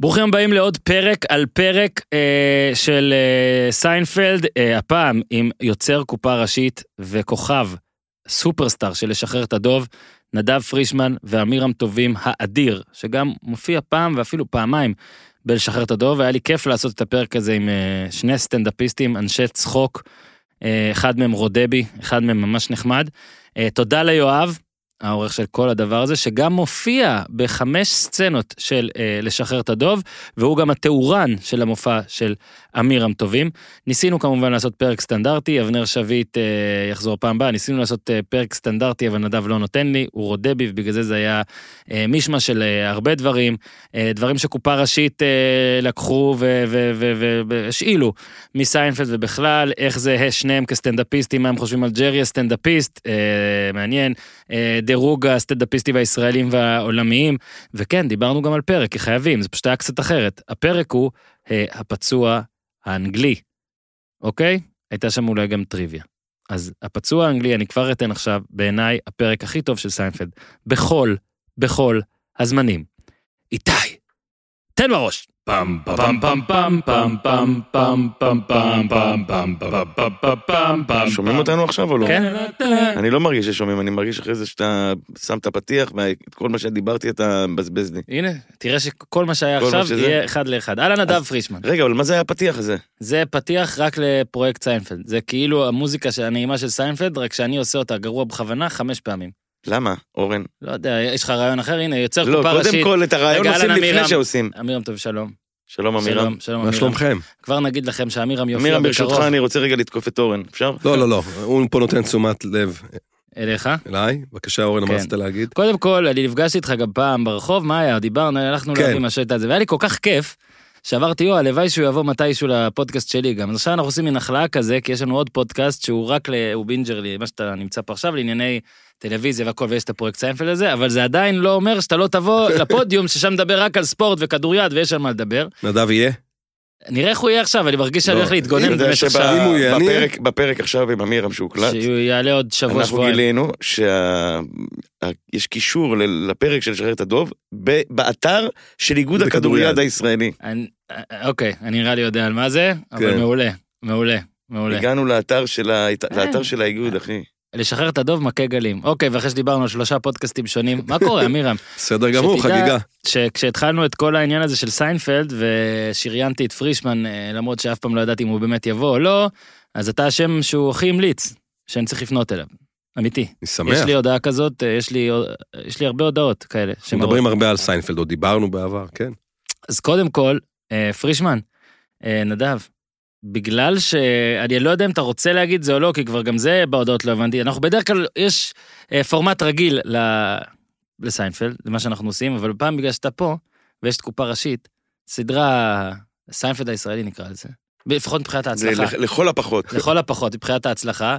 ברוכים הבאים לעוד פרק על פרק אה, של אה, סיינפלד, אה, הפעם עם יוצר קופה ראשית וכוכב סופרסטאר של לשחרר את הדוב, נדב פרישמן ואמירם טובים האדיר, שגם מופיע פעם ואפילו פעמיים בלשחרר את הדוב, והיה לי כיף לעשות את הפרק הזה עם אה, שני סטנדאפיסטים, אנשי צחוק, אה, אחד מהם רודה בי, אחד מהם ממש נחמד. אה, תודה ליואב. העורך של כל הדבר הזה, שגם מופיע בחמש סצנות של אה, לשחרר את הדוב, והוא גם התאורן של המופע של אמירם טובים. ניסינו כמובן לעשות פרק סטנדרטי, אבנר שביט אה, יחזור פעם הבאה, ניסינו לעשות אה, פרק סטנדרטי, אבל נדב לא נותן לי, הוא רודה בי, ובגלל זה זה היה אה, מישמע של אה, הרבה דברים, אה, דברים שקופה ראשית אה, לקחו והשאילו מסיינפלד ובכלל, איך זה אה, שניהם כסטנדאפיסטים, מה הם חושבים על ג'רי הסטנדאפיסט, אה, מעניין. אה, דירוג הסטנדאפיסטים הישראלים והעולמיים. וכן, דיברנו גם על פרק, כי חייבים, זה פשוט היה קצת אחרת. הפרק הוא אה, הפצוע האנגלי, אוקיי? הייתה שם אולי גם טריוויה. אז הפצוע האנגלי, אני כבר אתן עכשיו, בעיניי, הפרק הכי טוב של סיינפלד, בכל, בכל הזמנים. איתי, תן בראש. Bum bum bum bum bum bum bum bum bum bum bum bum bum אה, שומעים אותנו עכשיו או לא? כן? אני לא מרגיש ששומעים, אני מרגיש אחרי זה שאתה שם את הפתיח, ואת כל מה שדיברתי אתה מבזבז לי. הנה, תראה שכל מה שהיה כל מה עכשיו שזה? יהיה אחד לאחד. אהלן, נדב פרישמן. רגע, אבל מה זה היה הפתיח הזה? זה פתיח רק לפרויקט סיינפלד. זה כאילו המוזיקה של הנעימה של סיינפלד, רק שאני עושה אותה גרוע בכוונה חמש פעמים. למה, אורן? לא יודע, יש לך רעיון אחר? הנה, יוצר לא, קופה קודם ראשית. כל את הרעיון רגע, עושים אהלן, לפני אמירם. שעושים. אמירם טוב, שלום. שלום אמירם. שלום, שלום, מה אמירם. שלומכם? כבר נגיד לכם שאמירם יופיע אמירם, ברשותך, בקרוב אני רוצה רגע לתקוף את אורן, אפשר? לא, לא, לא, הוא פה נותן תשומת לב אליך. אליי. בבקשה, אורן, כן. מה רצית להגיד? קודם כל, אני נפגשתי איתך גם פעם ברחוב, מה היה? דיברנו, הלכנו כן. להביא מה שהייתה זה, והיה לי כל כך כיף. שאמרתי, יואו, הלוואי שהוא יבוא מתישהו לפודקאסט שלי גם. אז עכשיו אנחנו עושים מין החלאה כזה, כי יש לנו עוד פודקאסט שהוא רק, ל- הוא בינג'ר, לי, מה שאתה נמצא פה עכשיו, לענייני טלוויזיה והכל, ויש את הפרויקט סיינפלד הזה, אבל זה עדיין לא אומר שאתה לא תבוא לפודיום, ששם נדבר רק על ספורט וכדוריד, ויש על מה לדבר. נדב יהיה? נראה איך הוא יהיה עכשיו, אני מרגיש שאני לא, הולך אני להתגונן יודע במשך שב- שעה, אם הוא יענה- בפרק- בפרק עכשיו עם אמירם שהוקלט, שהוא יעלה עוד שבוע, אנחנו שבועיים. גילינו שיש קישור ל- לפרק של שחרר את הדוב ב- באתר של איגוד בכדוריד. הכדוריד הישראלי. אני- אוקיי, אני נראה לי יודע על מה זה, אבל כן. מעולה, מעולה, מעולה. הגענו לאתר של ה- אה. לאתר של האיגוד, אחי. לשחרר את הדוב מכה גלים. אוקיי, ואחרי שדיברנו על שלושה פודקאסטים שונים, מה קורה, אמירם? בסדר גמור, שתדע- חגיגה. שכשהתחלנו את כל העניין הזה של סיינפלד, ושריינתי את פרישמן, אה, למרות שאף פעם לא ידעתי אם הוא באמת יבוא או לא, אז אתה השם שהוא הכי המליץ, שאני צריך לפנות אליו. אמיתי. אני יש לי שמח. הודעה כזאת, אה, יש לי, יש לי הרבה הודעות כאלה. אנחנו מדברים הרבה על סיינפלד, עוד דיברנו בעבר, כן. אז קודם כל, אה, פרישמן, אה, נדב, בגלל שאני לא יודע אם אתה רוצה להגיד זה או לא, כי כבר גם זה בהודעות לא הבנתי, אנחנו בדרך כלל, יש אה, פורמט רגיל ל... לסיינפלד, למה שאנחנו עושים, אבל פעם בגלל שאתה פה, ויש תקופה ראשית, סדרה, סיינפלד הישראלי נקרא לזה, לפחות מבחינת זה ההצלחה, לכ- לכל הפחות. לכל הפחות מבחינת ההצלחה.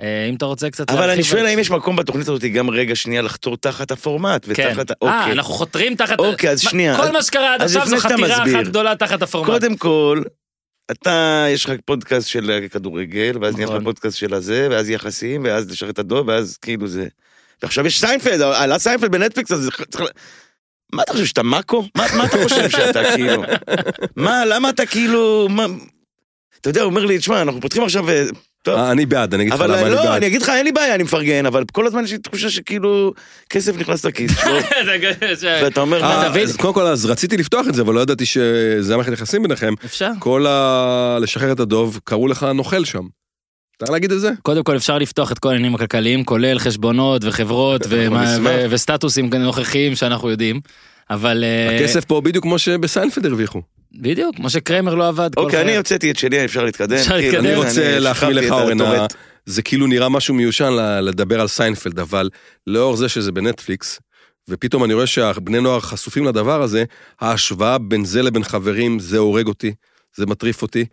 אה, אם אתה רוצה קצת אבל להרחיב אני על שואל זה. האם יש מקום בתוכנית הזאת גם רגע שנייה לחתור תחת הפורמט כן. ותחת ה... אה, אוקיי. אנחנו חותרים תחת... אוקיי, אז מה- שנייה. כל אז- מה שקרה עד אז עכשיו זו לפני שאתה חתירה מסביר. אחת גדולה תחת הפורמט. קודם כל, אתה, יש לך פודקאסט של כדורגל, ואז נהיה לך נכון. פודקאסט של הזה, ואז יחסים, ואז לשרת את הדוב, ואז כאילו זה. ועכשיו יש סיינפלד, עלה סיינפלד בנטפליקס, אז צריך... ל- מה אתה חושב, שאתה מאקו? מה מה אתה חושב שאתה כאילו? מה, למה אתה כאילו... מה- אתה יודע, הוא אומר לי, תשמע, אנחנו פותחים עכשיו... אה, טוב, אה, אני בעד, אני אגיד לך אבל למה אני לא, בעד. אני אגיד לך, אין לי בעיה, אני מפרגן, אבל כל הזמן יש לי תחושה שכאילו כסף נכנס לכיס, לא? ואתה אומר, אה, מה, תבין. אז קודם כל, אז רציתי לפתוח את זה, אבל לא ידעתי שזה המערכת יחסים ביניכם. אפשר? כל ה... לשחרר את הדוב, קראו לך נוכל שם. אפשר להגיד את זה? קודם כל אפשר לפתוח את כל העניינים הכלכליים, כולל חשבונות וחברות ומה- נשמח. ו- וסטטוסים נוכחיים שאנחנו יודעים, אבל... אה, הכסף פה בדיוק כמו שבסיינפלד הרוויחו. בדיוק, כמו שקרמר לא עבד. כל אוקיי, חייו. אני הוצאתי את שלי, אפשר להתקדם. אפשר כאילו, להתקדם. אני רוצה אני להחמיא שכחתי לך, את אורן, ה- הטורט. זה כאילו נראה משהו מיושן ל- לדבר על סיינפלד, אבל לאור זה שזה בנטפליקס, ופתאום אני רואה שהבני נוער חשופים לדבר הזה, ההשוואה בין זה לבין חברים, זה הורג אותי, זה מטריף אותי,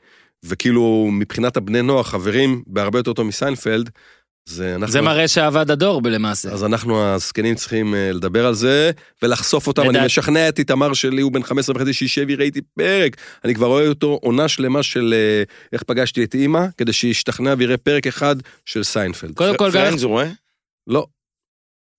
וכאילו מבחינת הבני נוער, חברים, בהרבה יותר טוב מסיינפלד, זה אנחנו... זה מראה שעבד הדור ב- למעשה. אז אנחנו הזקנים צריכים אה, לדבר על זה ולחשוף אותם. לדעת- אני משכנע את איתמר שלי, הוא בן 15 וחצי, שישב יראה איתי פרק. אני כבר רואה אותו עונה שלמה של אה, איך פגשתי את אימא, כדי שישתכנע ויראה פרק אחד של סיינפלד. קודם כל, גם- פרנז הוא רואה? לא,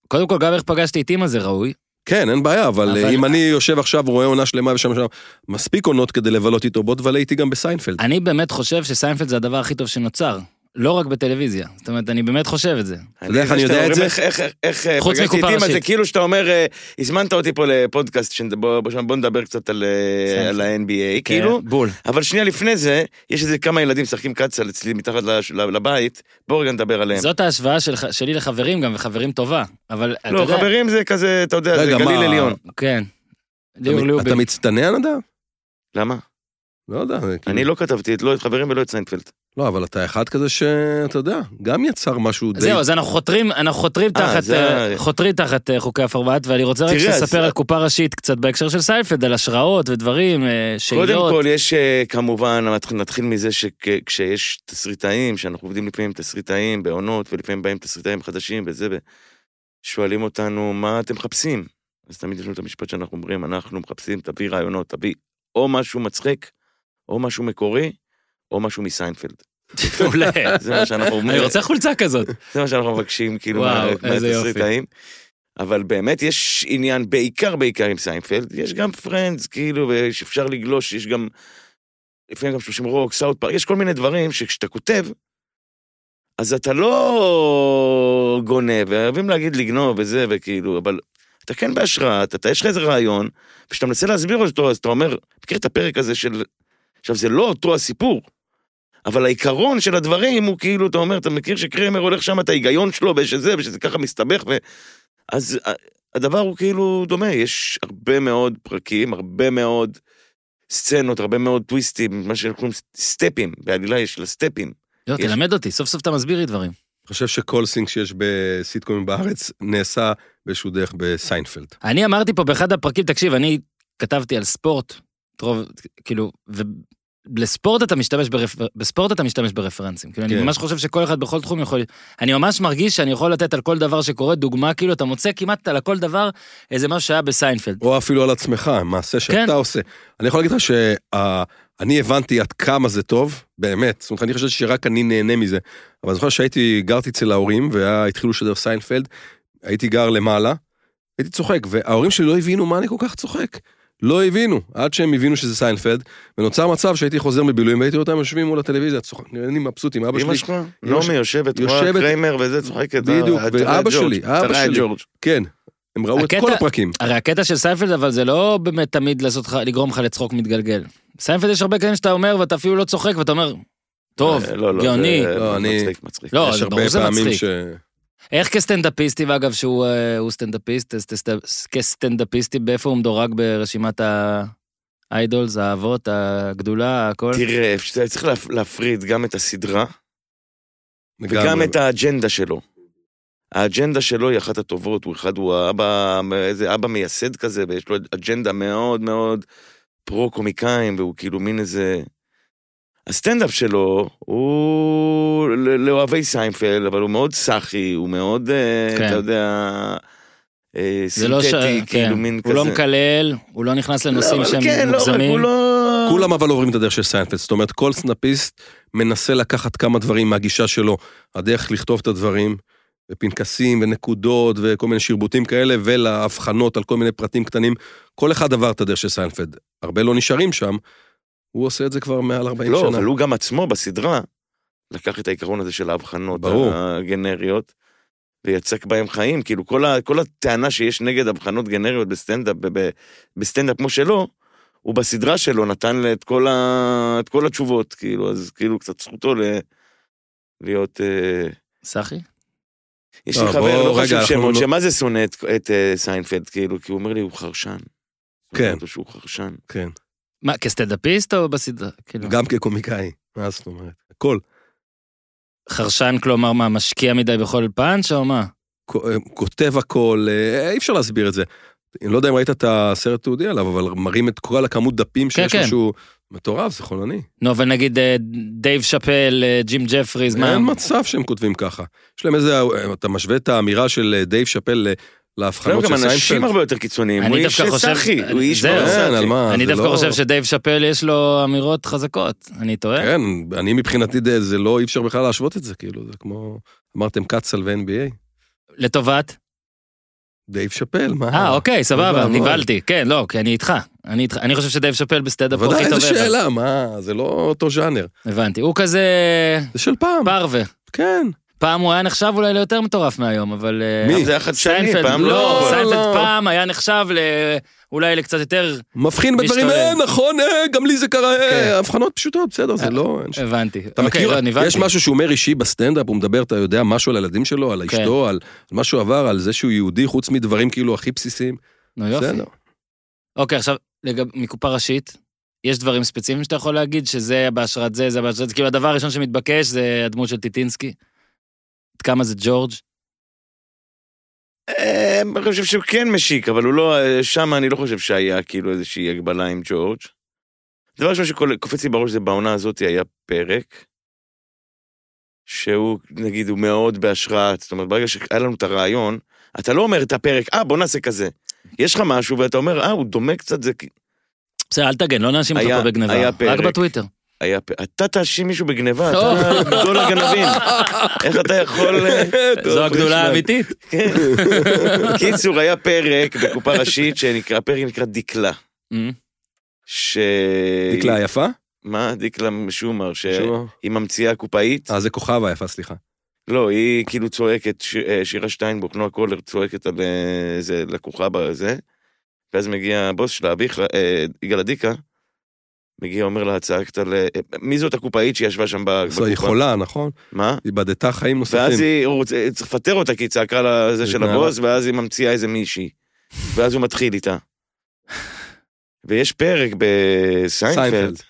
קודם כל, גם איך פגשתי את אימא זה ראוי, כן, אין בעיה, אבל, אבל- אבל אם אני יושב עכשיו, רואה עונה שלמה ושם ושם, מספיק עונות כדי לבלות איתו, בוא תבלה איתי גם בסיינפלד. אני באמת חושב שסיינפלד זה הדבר הכי טוב שנוצר. לא רק בטלוויזיה. זאת אומרת, אני באמת חושב את זה. אתה יודע איך אני שאתם יודע את אומרים זה? איך, איך, איך, אה, חוץ פגשתי את מקופה אימא, זה ראשית. כאילו שאתה אומר, אה, הזמנת אותי פה לפודקאסט, שנד- בוא, בוא, בוא נדבר קצת על, אה, סיימתי. על אוקיי. ה-NBA, כאילו, כן, בול. אבל שנייה לפני זה, יש איזה כמה ילדים משחקים קצל אצלי מתחת לש- לבית, בואו רגע נדבר עליהם. זאת ההשוואה של- שלי לחברים גם, וחברים טובה. אבל אתה כן. לא, יודע... חברים זה כזה, אתה יודע, זה רגע, גליל מה- עליון. כן. אתה, ליאור אתה ליובי. מצטנע, נדב? למה? לא יודע. זה כאילו- אני לא כתבתי את לא את חברים ולא את סיינפלד. לא, אבל אתה אחד כזה שאתה יודע, גם יצר משהו די... זהו, אז אנחנו חותרים, אנחנו חותרים אה, תחת, זה- אה, חותרים תחת אה, חוקי הפורמט, ואני רוצה רק תראה, אז- שתספר על קופה ראשית קצת בהקשר של סיינפלד, על השראות ודברים, אה, שאלות. קודם כל, יש אה, כמובן, נת- נתחיל מזה שכשיש תסריטאים, שאנחנו עובדים לפעמים עם תסריטאים בעונות, ולפעמים באים תסריטאים חדשים וזה, ושואלים אותנו, מה אתם מחפשים? אז תמיד יש לנו את המשפט שאנחנו אומרים, אנחנו מחפשים, תביא רעיונות, תביא או משהו מצחיק, או משהו מקורי, או משהו מסיינפלד. מעולה. זה מה שאנחנו אומרים. אני רוצה חולצה כזאת. זה מה שאנחנו מבקשים, כאילו, וואו, מה- איזה יופי. מהתסריטאים. אבל באמת יש עניין, בעיקר בעיקר עם סיינפלד, יש גם פרנדס, כאילו, ואפשר לגלוש, יש גם, לפעמים גם 30 רוק, סאוט פארק, יש כל מיני דברים שכשאתה כותב, אז אתה לא גונב, אוהבים להגיד לגנוב וזה, וכאילו, אבל אתה כן בהשראה, אתה, אתה- יש לך איזה רעיון, וכשאתה מנסה להסביר אותו, אז אתה אומר, מכיר את הפרק הזה של... עכשיו, זה לא אותו הסיפור, אבל העיקרון של הדברים הוא כאילו, אתה אומר, אתה מכיר שקרמר הולך שם, את ההיגיון שלו, ושזה, ושזה ככה מסתבך, ו... אז ה- הדבר הוא כאילו דומה, יש הרבה מאוד פרקים, הרבה מאוד סצנות, הרבה מאוד טוויסטים, מה שאנחנו קוראים סטפים, בעלילה יש לה סטפים. לא, יש- תלמד אותי, סוף סוף אתה מסביר לי דברים. אני חושב שכל סינק שיש בסיטקומים בארץ נעשה באיזשהו דרך בסיינפלד. אני אמרתי פה באחד הפרקים, תקשיב, אני כתבתי על ספורט, את רוב, כאילו, ולספורט אתה משתמש, ברפ... בספורט אתה משתמש ברפרנסים. כאילו, אני כן. ממש חושב שכל אחד בכל תחום יכול... אני ממש מרגיש שאני יכול לתת על כל דבר שקורה דוגמה, כאילו, אתה מוצא כמעט על כל דבר איזה משהו שהיה בסיינפלד. או אפילו על עצמך, מעשה שאתה כן. עושה. אני יכול להגיד לך שאני הבנתי עד כמה זה טוב, באמת. זאת אומרת, אני חושב שרק אני נהנה מזה. אבל אני זוכר שהייתי, גרתי אצל ההורים, והתחילו לשדר סיינפלד, הייתי גר למעלה, הייתי צוחק, וההורים שלי לא הבינו מה אני כל כך צוחק. לא הבינו, עד שהם הבינו שזה סיינפלד, ונוצר מצב שהייתי חוזר מבילויים, והייתי רואה אותם יושבים מול הטלוויזיה, צוחקים, נהנים מבסוטים, אבא אמא שלי שלך? נעמי יושבת, רואה יושבת- קריימר וזה, צוחקת. בדיוק, אה, אתה יודע, ואבא ג'ורג', שלי, אתה אבא יודע, שלי. ג'ורג'. כן, הם ראו את הקטע- כל הפרקים. הרי הקטע של סיינפלד, אבל זה לא באמת תמיד לעשות לך, לגרום לך לצחוק מתגלגל. סיינפלד יש הרבה קטעים שאתה אומר, ואתה אפילו לא צוחק, ואתה אומר, טוב, אה, לא, לא, גאוני. זה לא, אני- מצחיק, מצחיק. לא, יש זה הרבה ברור שזה פעמים מצחיק. ש... איך כסטנדאפיסטים, אגב, שהוא אה, הוא סטנדאפיסט, אז תסט- כסטנדאפיסטים, באיפה הוא מדורג ברשימת האיידולס, האבות, הגדולה, הכל? תראה, אפשר- צריך להפ- להפריד גם את הסדרה, וגם לגמרי. את האג'נדה שלו. האג'נדה שלו היא אחת הטובות, הוא אחד, הוא האבא, איזה אבא מייסד כזה, ויש לו אג'נדה מאוד מאוד פרו-קומיקאים, והוא כאילו מין איזה... הסטנדאפ שלו הוא ל- לאוהבי סיינפלד, אבל הוא מאוד סאחי, הוא מאוד, אה, כן. אתה יודע, אה, זה לא ש... סינתטי, כן. כאילו מין כזה. הוא לא מקלל, הוא לא נכנס לנושאים אבל שהם כן, לא, רק מוגזמים. הוא לא... כולם אבל עוברים את הדרך של סיינפלד, זאת אומרת כל סנאפיסט מנסה לקחת כמה דברים מהגישה שלו, הדרך לכתוב את הדברים, ופנקסים ונקודות וכל מיני שרבוטים כאלה, ולהבחנות על כל מיני פרטים קטנים, כל אחד עבר את הדרך של סיינפלד, הרבה לא נשארים שם, הוא עושה את זה כבר מעל 40 לא, שנה. אבל הוא גם עצמו בסדרה לקח את העיקרון הזה של ההבחנות ברור. הגנריות, ויצק בהם חיים. כאילו, כל, ה, כל הטענה שיש נגד הבחנות גנריות בסטנדאפ, ב- ב- בסטנדאפ כמו שלו, הוא בסדרה שלו נתן לה את כל, ה, את כל התשובות, כאילו, אז כאילו קצת זכותו ל, להיות... אה, סחי? יש אה, לי חבר, בוא, לא רגע, חשוב אנחנו שמות, לא- שמה זה שונא את, את אה, סיינפלד, כאילו, כי הוא אומר לי, הוא חרשן. כן. הוא אומר שהוא חרשן. כן, מה, כסטנדאפיסט או בסדרה? אה. כאילו, גם כקומיקאי, מה זאת אומרת? הכל. חרשן, כלומר, מה, משקיע מדי בכל פאנץ' או מה? כ- אה, כותב הכל, אה, אי אפשר להסביר את זה. אני לא יודע אם ראית את הסרט תיעודי עליו, אבל מראים את כל הכמות דפים שיש כן. לו שהוא מטורף, זה חולני. נו, אבל נגיד אה, דייב שאפל, אה, ג'ים ג'פריז, מה? אין מצב שהם כותבים ככה. יש להם איזה, אתה משווה את האמירה של אה, דייב שאפל אה, גם להבחנות של אנשים סיינפלד. הרבה יותר קיצוניים, אני הוא איש דווקא חושב- סאחי, הוא איש זהו. מאוד הרבה כן, סאחי. על מה? אני זה דווקא לא- חושב שדייב שאפל יש לו אמירות חזקות, אני טועה? כן, אני מבחינתי די- זה לא, אי אפשר בכלל להשוות את זה, כאילו, זה כמו, אמרתם קצל ו-NBA. לטובת? דייב שאפל, מה? אה, אוקיי, סבבה, אה, נבהלתי. כן, לא, כי אני איתך. אני איתך. אני חושב שדייב שאפל בסטנדאפ הוא ודאי, הכי טוב. איזה ever. שאלה, מה? זה לא אותו ז'אנר. הבנתי. הוא כזה זה של פעם, פרווה. כן. פעם הוא היה נחשב אולי ליותר מטורף מהיום, אבל... אה, מי? זה היה חדשני, סיינפלד, פעם לא, לא. סיינפלד לא. פעם היה נחשב ל... אולי לקצת יותר... מבחין בדברים, משתולל. אה, נכון, אה, גם לי זה קרה, כן. אה, אה, הבחנות פשוטות, בסדר, זה לא... אין ש- הבנתי. אתה אוקיי, מכיר, לא, נבהלתי. יש משהו שהוא אומר אישי בסטנדאפ, הוא מדבר, אתה יודע, משהו על הילדים שלו, כן. על אשתו, על על מה שהוא עבר, על זה שהוא יהודי, חוץ מדברים כאילו הכי בסיסיים. נו יופי. בסדר. אוקיי, עכשיו, לגב, מקופה ראשית, יש דברים ספציפיים שאתה יכול להגיד, שזה בהשראת זה, זה בהשראת זה, כאילו הדבר הראשון שמתבקש זה הדמות של טיטינסקי. עד כמה זה ג'ורג'? אה, אני חושב שהוא כן משיק, אבל הוא לא, אה, שם אני לא חושב שהיה כאילו איזושהי הגבלה עם ג'ורג'. הדבר הראשון שקופץ לי בראש זה בעונה הזאת היה פרק, שהוא, נגיד, הוא מאוד בהשראת, זאת אומרת, ברגע שהיה לנו את הרעיון, אתה לא אומר את הפרק, אה, בוא נעשה כזה. יש לך משהו ואתה אומר, אה, הוא דומה קצת, זה... כ- בסדר, אל תגן, לא נאשים אותך היה- פה בגניבה. היה רק פרק. בטוויטר. היה... פ- אתה תאשים מישהו בגניבה, טוב. אתה גדול הגנבים. איך אתה יכול... אה, זו הגדולה פרישמן. האמיתית. כן. קיצור, היה פרק בקופה ראשית שנקרא, הפרק נקרא דקלה. אמ, ש... אה, דקלה היפה? מה? דקלה שומר, שהיא שהוא- ממציאה קופאית. אה, זה כוכב היפה, סליחה. לא, היא כאילו צועקת, ש... אה, שירה שטיינבוק, נועה קולר צועקת על אה, זה, לכוכב הזה. ואז מגיע הבוס שלה, אביך, אה, יגאל עדיקה, מגיע, אומר לה, צעקת על... אה, מי זאת הקופאית שישבה שם ב- זו בקופה? היא חולה, נכון? מה? היא בדתה חיים ואז נוספים. היא, הוא רוצה, צריך לפטר אותה, כי היא צעקה לזה של התנהלה. הבוס, ואז היא ממציאה איזה מישהי. ואז הוא מתחיל איתה. ויש פרק בסיינפלד. סיינפלד.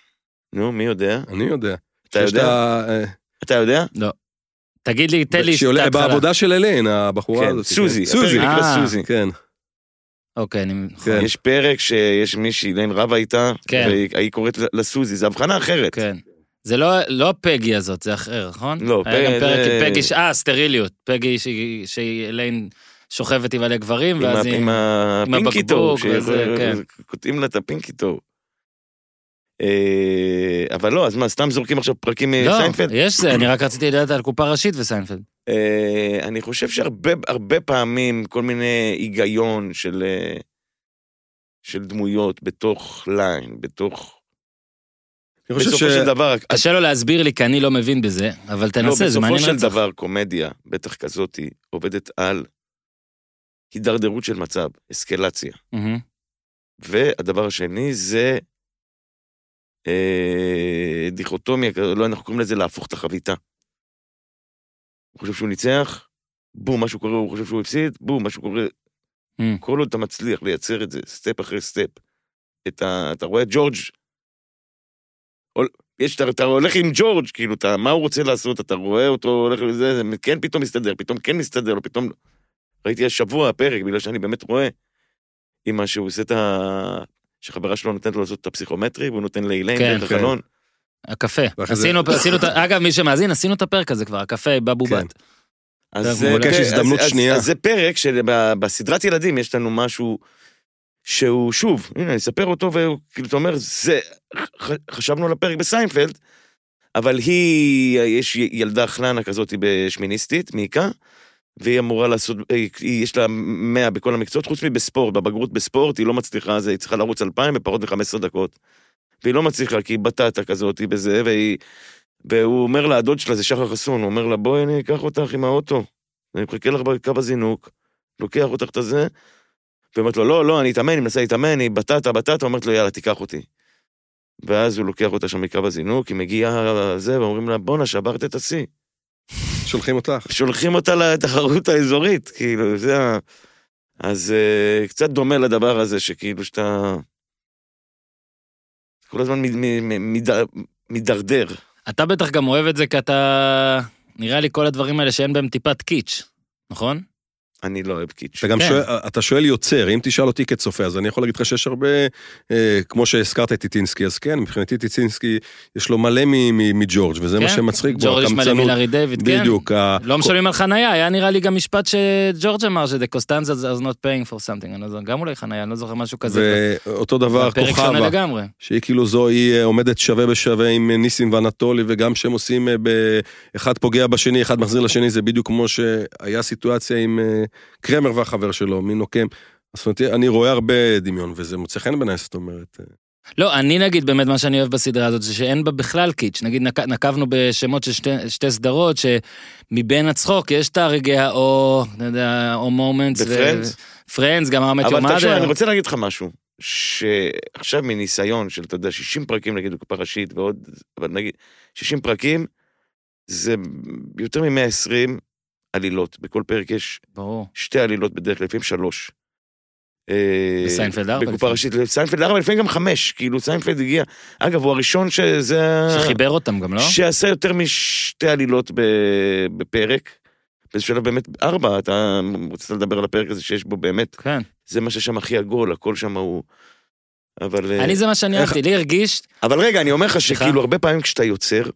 נו, מי יודע? אני יודע. אתה שיש יודע? לה, אה, אתה יודע? תגיד לי, תן לי את שהיא עולה- ההתחלה. בעבודה של אלין, הבחורה כן, הזאת. סוזי. כן. סוזי. הפרק אה. נקרא סוזי. כן. אוקיי, אני... כן. יש פרק שיש מישהי, לין רבה איתה, כן. והיא היא קוראת לה- לסוזי, זו הבחנה אחרת. כן. זה לא, לא פגי הזאת, זה אחר, נכון? לא, היה פ- גם פרק זה- עם פגי, ש- אה, סטריליות. פגי שהיא- שהיא אליין שוכבת עם מלא גברים, עם ואז ה- היא... עם הפינקי טו, הבקבוק וזה, כן. שקוטעים לה את הפינקי טו. אה, אבל לא, אז מה, סתם זורקים עכשיו פרקים לא, מסיינפלד? יש זה, אני רק רציתי לדעת על קופה ראשית וסיינפלד. אה, אני חושב שהרבה הרבה פעמים כל מיני היגיון של, אה, של דמויות בתוך ליין, בתוך... אני חושב בסופו ש... של דבר, לא, קשה לו להסביר לי כי אני לא מבין בזה, אבל תנסה, זה מעניין בסופו של רצח. דבר, קומדיה, בטח כזאתי, עובדת על הידרדרות של מצב, אסקלציה. מהמם. והדבר השני זה אה, דיכוטומיה, כזו, לא, אנחנו קוראים לזה להפוך את החביתה. הוא חושב שהוא ניצח, בום, משהו קורה, הוא חושב שהוא הפסיד, בום, משהו קורה. Mm. כל עוד אתה מצליח לייצר את זה, סטפ אחרי סטפ. את ה, אתה רואה את ג'ורג' הול- יש, אתה, אתה הולך עם ג'ורג', כאילו, אתה, מה הוא רוצה לעשות, אתה רואה אותו הולך לזה, זה כן פתאום מסתדר, פתאום כן מסתדר לו, פתאום... לא. ראיתי השבוע פרק, בגלל שאני באמת רואה, עם מה שהוא עושה את ה... שחברה שלו נותנת לו לעשות את הפסיכומטרי, והוא נותן לאילן כן, דרך כן. החלון. הקפה. ואחרי זה- עשינו, עשינו, את ה- אגב, מי שמאזין, עשינו את הפרק הזה כבר, הקפה כן. בבובת. אז הוא אה, מבקש פרק- הזדמנות אז- אז- שנייה. אז זה פרק שבסדרת ילדים יש לנו משהו שהוא, שוב, הנה, אני אספר אותו, והוא כאילו, אתה אומר, זה, ח- חשבנו על הפרק בסיינפלד, אבל היא, יש ילדה חננה כזאת בשמיניסטית, מיקה, והיא אמורה לעשות, היא- היא- יש לה 100 בכל המקצועות, חוץ מבספורט, בבגרות בספורט, היא לא מצליחה, זה, היא צריכה לרוץ 2,000 בפחות מ-15 דקות. והיא לא מצליחה, כי היא בטטה כזאת, היא בזה, והיא... והוא אומר לה, הדוד שלה זה שחר חסון, הוא אומר לה, בואי אני אקח אותך עם האוטו, אני מחכה לך בקו הזינוק, לוקח אותך את הזה, ואומרת לו, לא, לא, אני אתאמן, אני מנסה להתאמן, היא בטטה, בטטה, אומרת לו, יאללה, תיקח אותי. ואז הוא לוקח אותה שם מקו הזינוק, היא מגיעה זה, ואומרים לה, בואנה, שברת את השיא. שולחים אותך. שולחים אותה לתחרות האזורית, כאילו, זה ה... אז אה, קצת דומה לדבר הזה, שכאילו שאתה... כל הזמן מ- מ- מ- מד- מידרדר. אתה בטח גם אוהב את זה כי אתה... נראה לי כל הדברים האלה שאין בהם טיפת קיץ', נכון? אני לא אוהב קיץ'. אתה גם כן. שואל, אתה שואל יוצר, אם תשאל אותי כצופה, אז אני יכול להגיד לך שיש הרבה, אה, כמו שהזכרת את טיטינסקי, אז כן, מבחינתי טיטינסקי, יש לו מלא מ- מ- מג'ורג', וזה מה כן? שמצחיק בו, ג'ורג' יש מלא הקמצנות. מילארי דיוויד, כן? בדיוק. ה- לא משלמים על חנייה, היה נראה לי גם משפט שג'ורג' אמר שזה קוסטנזה is not paying for something, אני לא זוכר, גם אולי חנייה, אני לא זוכר משהו כזה. ואותו דבר הפרק שונה כוכבה, לגמרי. שהיא כאילו זו, היא אה, עומדת שווה בשווה עם אה, ניסים ואנטולי, וגם כשהם עושים, אה, ב- אחד פוגע בשני, אחד מחזיר לשני, זה בדיוק כמו שהיה סיטואציה עם אה, קרמר והחבר שלו, מי נוקם. זאת אומרת, אני רואה הרבה דמיון, וזה מוצא חן בעיניי, זאת אומרת. אה, לא, אני נגיד באמת מה שאני אוהב בסדרה הזאת זה שאין בה בכלל קיץ'. נגיד נק, נקבנו בשמות של שתי, שתי סדרות שמבין הצחוק יש את הרגעי האו, אתה יודע, או מומנטס. בפרנדס? פרנדס, גם האמת אבל תקשיב, אני יומדר. רוצה להגיד לך משהו, שעכשיו מניסיון של, אתה יודע, 60 פרקים נגיד בקופה ראשית ועוד, אבל נגיד, 60 פרקים, זה יותר מ-120 עלילות. בכל פרק יש ברור. שתי עלילות בדרך כלל, לפעמים שלוש. אה, בסיינפלד ארבע בקופה לפעמים. ראשית, סיינפלד ארבע, לפעמים גם חמש, כאילו סיינפלד הגיע, אגב, הוא הראשון שזה... ה- שחיבר אותם גם, לא? שעשה יותר משתי עלילות ב- בפרק. באיזשהו שלב באמת ארבע, אתה רוצה לדבר על הפרק הזה שיש בו באמת, כן. זה מה ששם הכי עגול, הכל שם הוא... אבל... אה, כן, אני זה מה שאני איך- אהבתי, לי הרגיש, אבל רגע, אני אומר לך סליחה? שכאילו הרבה פעמים כשאתה יוצר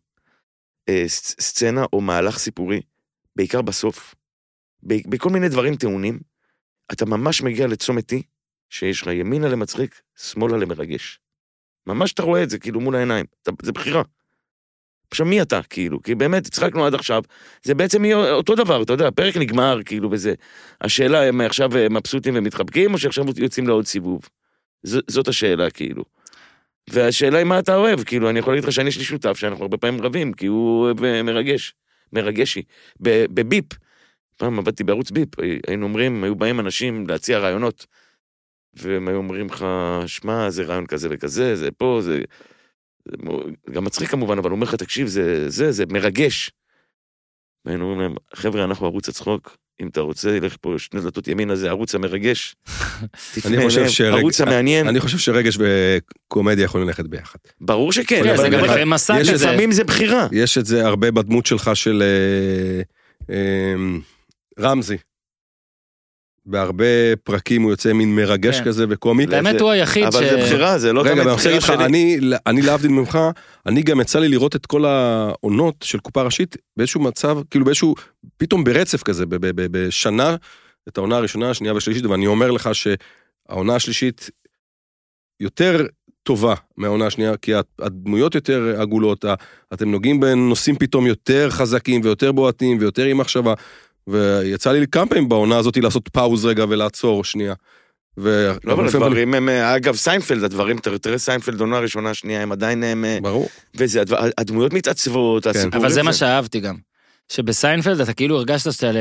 אה, ס- סצנה או מהלך סיפורי, בעיקר בסוף, ב- בכל מיני דברים טעונים, אתה ממש מגיע לצומת T, שיש לך ימינה למצחיק, שמאלה למרגש. ממש אתה רואה את זה, כאילו, מול העיניים. אתה, זה בחירה. עכשיו, מי אתה, כאילו? כי באמת, הצחקנו עד עכשיו, זה בעצם יהיה אותו דבר, אתה יודע, הפרק נגמר, כאילו, וזה. השאלה, הם עכשיו אה, מבסוטים ומתחבקים, או שעכשיו יוצאים לעוד סיבוב? ז, זאת השאלה, כאילו. והשאלה היא מה אתה אוהב, כאילו, אני יכול להגיד לך שאני, יש לי שותף שאנחנו הרבה פעמים רבים, כי הוא אוהב, אה, מרגש, מרגשי. ב- בביפ, פעם עבדתי בערוץ ביפ, היינו אומרים, היו באים אנשים להציע רעיונות, והם היו אומרים לך, שמע, זה רעיון כזה וכזה, זה פה, זה... זה מו- גם מצחיק כמובן, אבל הוא אומר לך, תקשיב, זה, זה, זה מרגש. והיינו אומרים להם, חבר'ה, אנחנו ערוץ הצחוק, אם אתה רוצה, לך פה שני דלתות ימינה, זה הערוץ המרגש. תפנה חושב אליהם, שהרג- ערוץ המעניין. אני חושב שרגש וקומדיה יכולים ללכת ביחד. ברור שכן, כן, אבל זה אני גם אומר לך, לפעמים מסע יש כזה. לפעמים זה בחירה. יש את זה הרבה בדמות שלך של אה, אה, רמזי. בהרבה פרקים הוא יוצא מין מרגש כן. כזה וקומי. באמת הוא היחיד ש... אבל זה בחירה, זה לא רגע, תמיד אבל אני רוצה בחירה להגיד לך, שלי. אני, אני להבדיל ממך, אני גם יצא לי לראות את כל העונות של קופה ראשית באיזשהו מצב, כאילו באיזשהו, פתאום ברצף כזה, ב- ב- ב- בשנה, את העונה הראשונה, השנייה והשלישית, ואני אומר לך שהעונה השלישית יותר טובה מהעונה השנייה, כי הת- הדמויות יותר עגולות, ה- אתם נוגעים בנושאים פתאום יותר חזקים ויותר בועטים ויותר עם מחשבה, ויצא לי כמה פעמים בעונה הזאת לעשות פאוז רגע ולעצור שנייה. ו... לא, אבל הדברים הם, אה, אגב, סיינפלד, הדברים, תראה- תראה סיינפלד עונה ראשונה, שנייה, הם עדיין הם... אה, ברור. וזה, הדבר- הדמויות כן. מתעצבות, הסיפורים... אבל זה מה שאהבתי גם. שבסיינפלד אתה כאילו הרגשת שאתה, ל...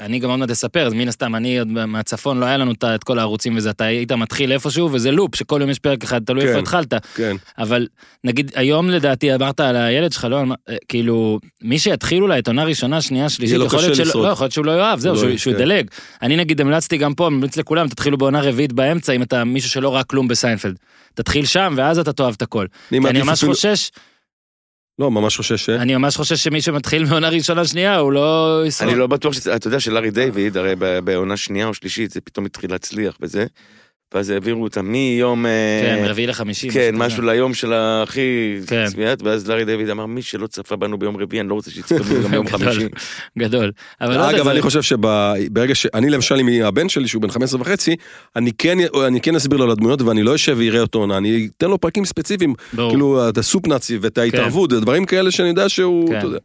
אני גם עוד מעט אספר, אז מן הסתם, אני עוד מהצפון, לא היה לנו את ה- את כל הערוצים וזה, אתה היית מתחיל איפשהו, וזה לופ, שכל יום יש פרק אחד, תלוי כן. איפה התחלת. כן. אבל נגיד, היום לדעתי אמרת על הילד שלך, לא, על מה- אה, כאילו, מי שיתחיל אולי את עונה ראשונה, שנייה, שלישית, יהיה לו יכול להיות קשה שלא, לשרוד. לא, יכול להיות שהוא לא יאהב, זהו, הוא לא שהוא- יהיה, שהוא כן. ידלג. אני נגיד המלצתי גם פה, ממליץ לכולם, תתחילו בעונה רביעית באמצע, אם אתה מישהו שלא ראה כלום בסיינפלד. תתחיל שם, ואז אתה תאהב את הכל. אני כי אני מעדיף ממש אפילו- חושש, לא, ממש חושש ש... אני ממש חושש שמי שמתחיל מעונה ראשונה שנייה הוא לא ישרוד. אני לא בטוח שזה, אתה יודע שלארי דיוויד, הרי ב- בעונה שנייה או שלישית, זה פתאום התחיל להצליח וזה, ואז העבירו אותה מיום... אה, כן, רביעי לחמישי. כן, כזה. משהו ליום של הכי כן. צביעת, ואז לארי דיוויד אמר, מי שלא צפה בנו ביום רביעי, אני לא רוצה שיצפה בנו גם ביום גדול. חמישי. גדול. אבל לא יודע, אגב, זה- אני חושב שברגע ש... אני למשל עם הבן שלי, שהוא בן 15 וחצי, אני כן, אני כן אסביר לו על הדמויות ואני לא אשב ויראה אותו עונה, אני אתן לו פרקים ספציפיים, ברור. כאילו את הסופנאצי ואת ההתערבות, דברים כאלה שאני יודע שהוא... כן. אתה יודע.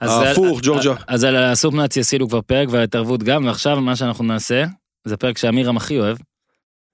אז זה- ההפוך, ג'ורג'ה. אז על הסופ נאצי עשינו כבר פרק ועל התערבות גם, ועכשיו מה שאנחנו נעשה, זה פרק שאמירם הכי אוהב,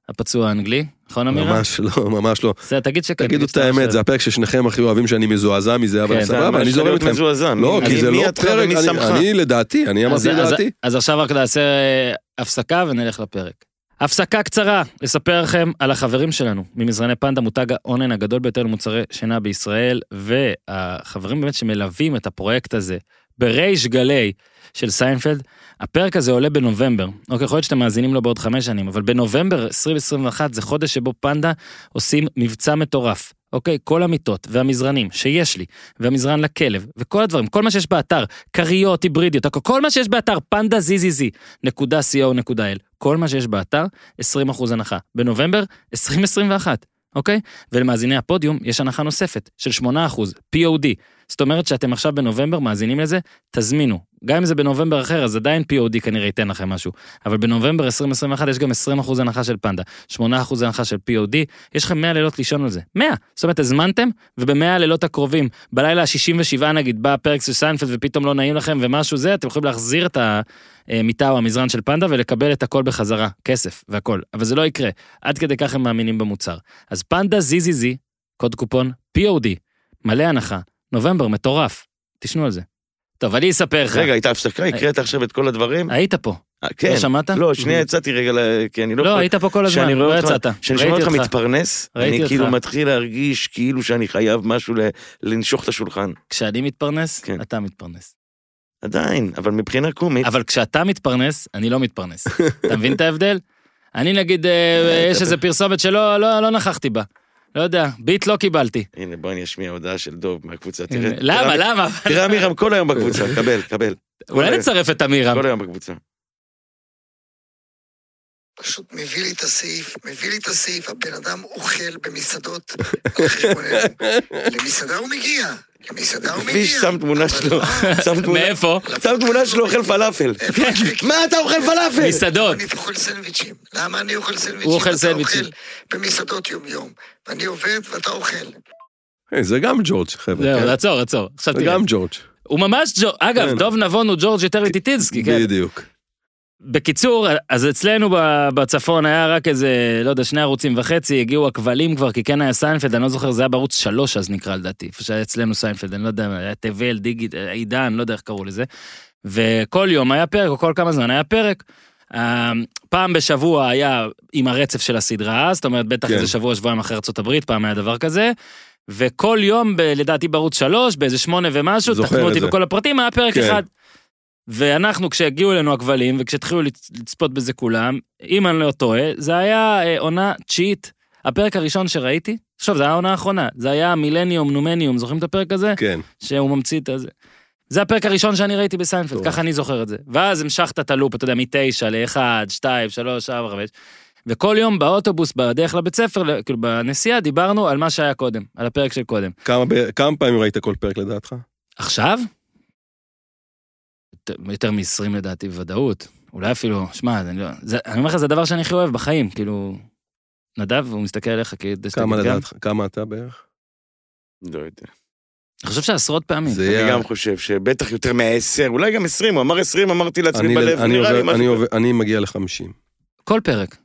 הפצוע האנגלי, נכון אמירם? ממש לא, ממש לא. זה, תגיד שכן. תגידו תגיד את שאתה האמת, חושב. זה הפרק ששניכם הכי אוהבים שאני מזועזע מזה, כן, אבל אתה סבבה, אני ממש זורם להיות איתכם. מזועזע. לא, מי- כי זה מי לא ידך פרק, ומי אני- שמך? אני לדעתי, אני אז- אמרתי אז- לדעתי. אז עכשיו רק נעשה אה, הפסקה ונלך לפרק. הפסקה קצרה, לספר לכם על החברים שלנו ממזרני פנדה, מותג האונליין הגדול ביותר למוצרי שינה בישראל, והחברים באמת שמלווים את הפרויקט הזה בריש גלי של סיינפלד. הפרק הזה עולה בנובמבר, אוקיי, יכול להיות שאתם מאזינים לו בעוד חמש שנים, אבל בנובמבר 2021 זה חודש שבו פנדה עושים מבצע מטורף. אוקיי, כל המיטות והמזרנים שיש לי, והמזרן לכלב, וכל הדברים, כל מה שיש באתר, כריות, היברידיות, הכל- כל מה שיש באתר, פנדה זיזיזי, נקודה co.il, כל מה שיש באתר, 20% הנחה. בנובמבר 2021, אוקיי? ולמאזיני הפודיום יש הנחה נוספת של 8%, POD. זאת אומרת שאתם עכשיו בנובמבר מאזינים לזה, תזמינו. גם אם זה בנובמבר אחר, אז עדיין POD כנראה ייתן לכם משהו. אבל בנובמבר 2021 יש גם 20% הנחה של פנדה, 8% הנחה של POD, יש לכם 100 לילות לישון על זה. 100! זאת אומרת, הזמנתם, וב-100 הלילות הקרובים, בלילה ה-67 נגיד, בא הפרק של סיינפלד ופתאום לא נעים לכם ומשהו זה, אתם יכולים להחזיר את המיטה או המזרן של פנדה ולקבל את הכל בחזרה, כסף והכל. אבל זה לא יקרה, עד כדי כך הם מאמינים במוצר. אז פנדה ZZZ, קוד קופון POD, מלא הנחה, נובמבר מטורף, תשנו על זה. טוב, אני אספר לך. רגע, הייתה הפסקה, הקראת עכשיו את כל הדברים? היית פה, אה, כן. אה, לא שמעת? לא, שנייה יצאתי רגע, ל- כי אני לא... לא, יכול- היית פה כל הזמן, שאני רואה לא אותך- יצאת. כשאני שומע ראיתי אותך אותך. מתפרנס, ראיתי אני אותך. כאילו מתחיל להרגיש כאילו שאני חייב משהו ל- לנשוך את השולחן. כשאני מתפרנס, כן. אתה מתפרנס. עדיין, אבל מבחינה קומית, אבל כשאתה מתפרנס, אני לא מתפרנס. אתה מבין את ההבדל? אני נגיד, אה, יש איזה פרסומת שלא לא- לא נכחתי בה. לא יודע, ביט לא קיבלתי. אה, הנה בוא אני אשמיע הודעה של דוב מהקבוצה, תראה. למה, תראה- למה? תראה אמירם כל היום בקבוצה, קבל, קבל. אולי כל- נצרף את אמירם. כל היום בקבוצה. פשוט מביא לי את הסעיף, מביא לי את הסעיף, הבן אדם אוכל במסעדות על חשבוננו. למסעדה הוא מגיע, למסעדה הוא מגיע. פיש שם תמונה שלו, שם תמונה- מאיפה? שם תמונה שלו אוכל פלאפל. כן. מה אתה אוכל פלאפל? מסעדות. אני אוכל סנדוויצ'ים. למה אני אוכל סנדוויצ'ים? הוא אוכל אתה סנדוויצ'ים. במסעדות יום-יום. ואני עובד ואתה אוכל. היי, זה גם ג'ורג', חבר'ה. זהו, כן? עצור, עצור. עכשיו זה תראה. גם ג'ורג'. הוא ממש ג'ו... אגב, כן. דוב נבון הוא ג'ורג' יותר מטיטינסקי, כן? בדיוק. בקיצור, אז אצלנו ב- בצפון היה רק איזה, לא יודע, שני ערוצים וחצי, הגיעו הכבלים כבר, כי כן היה סיינפלד, אני לא זוכר, זה היה בערוץ שלוש אז נקרא לדעתי, איפה שהיה אצלנו סיינפלד, אני לא יודע, היה תבל, דיגיט, עידן, לא יודע איך קראו לזה. וכל יום היה פרק, או כל כמה זמן היה פרק. אה, פעם בשבוע היה עם הרצף של הסדרה, זאת אומרת, בטח כן. איזה שבוע, שבועיים אחרי ארצות הברית, פעם היה דבר כזה. וכל יום, ב- לדעתי בערוץ שלוש, באיזה שמונה ומשהו, זוכר תקנו את אותי זה. בכל הפרטים, היה פרק כן. אחד. ואנחנו, כשהגיעו אלינו הכבלים, וכשהתחילו לצ- לצפות בזה כולם, אם אני לא טועה, זה היה אה, עונה תשיעית. הפרק הראשון שראיתי, עכשיו, זה היה העונה האחרונה, זה היה מילניום, נומניום, זוכרים את הפרק הזה? כן. שהוא ממציא את הזה. זה הפרק הראשון שאני ראיתי בסיינפלד, טוב. ככה אני זוכר את זה. ואז המשכת את הלופ, אתה יודע, מתשע לאחד, שתיים, שלוש, ארבע, חמש. וכל יום באוטובוס, בדרך לבית ספר, כאילו בנסיעה, דיברנו על מה שהיה קודם, על הפרק של קודם. כמה ב- כמה פעמים ראית כל פרק לדעתך? עכשיו? יותר- יותר מ-20 לדעתי בוודאות. אולי אפילו, שמע, אני לא... זה- אני אומר לך, זה הדבר שאני הכי אוהב בחיים, כאילו... נדב, הוא מסתכל עליך כדי כמה גם. לדעתך? כמה אתה בערך? לא יודע. אני חושב שעשרות פעמים. זה אני יהיה... גם חושב שבטח יותר מעשר, אולי גם עשרים, הוא אמר עשרים, אמרתי לעצמי אני- בלב, אני נראה לי עובר- אני משהו. עובר- אני מגיע לחמישים. כל פרק.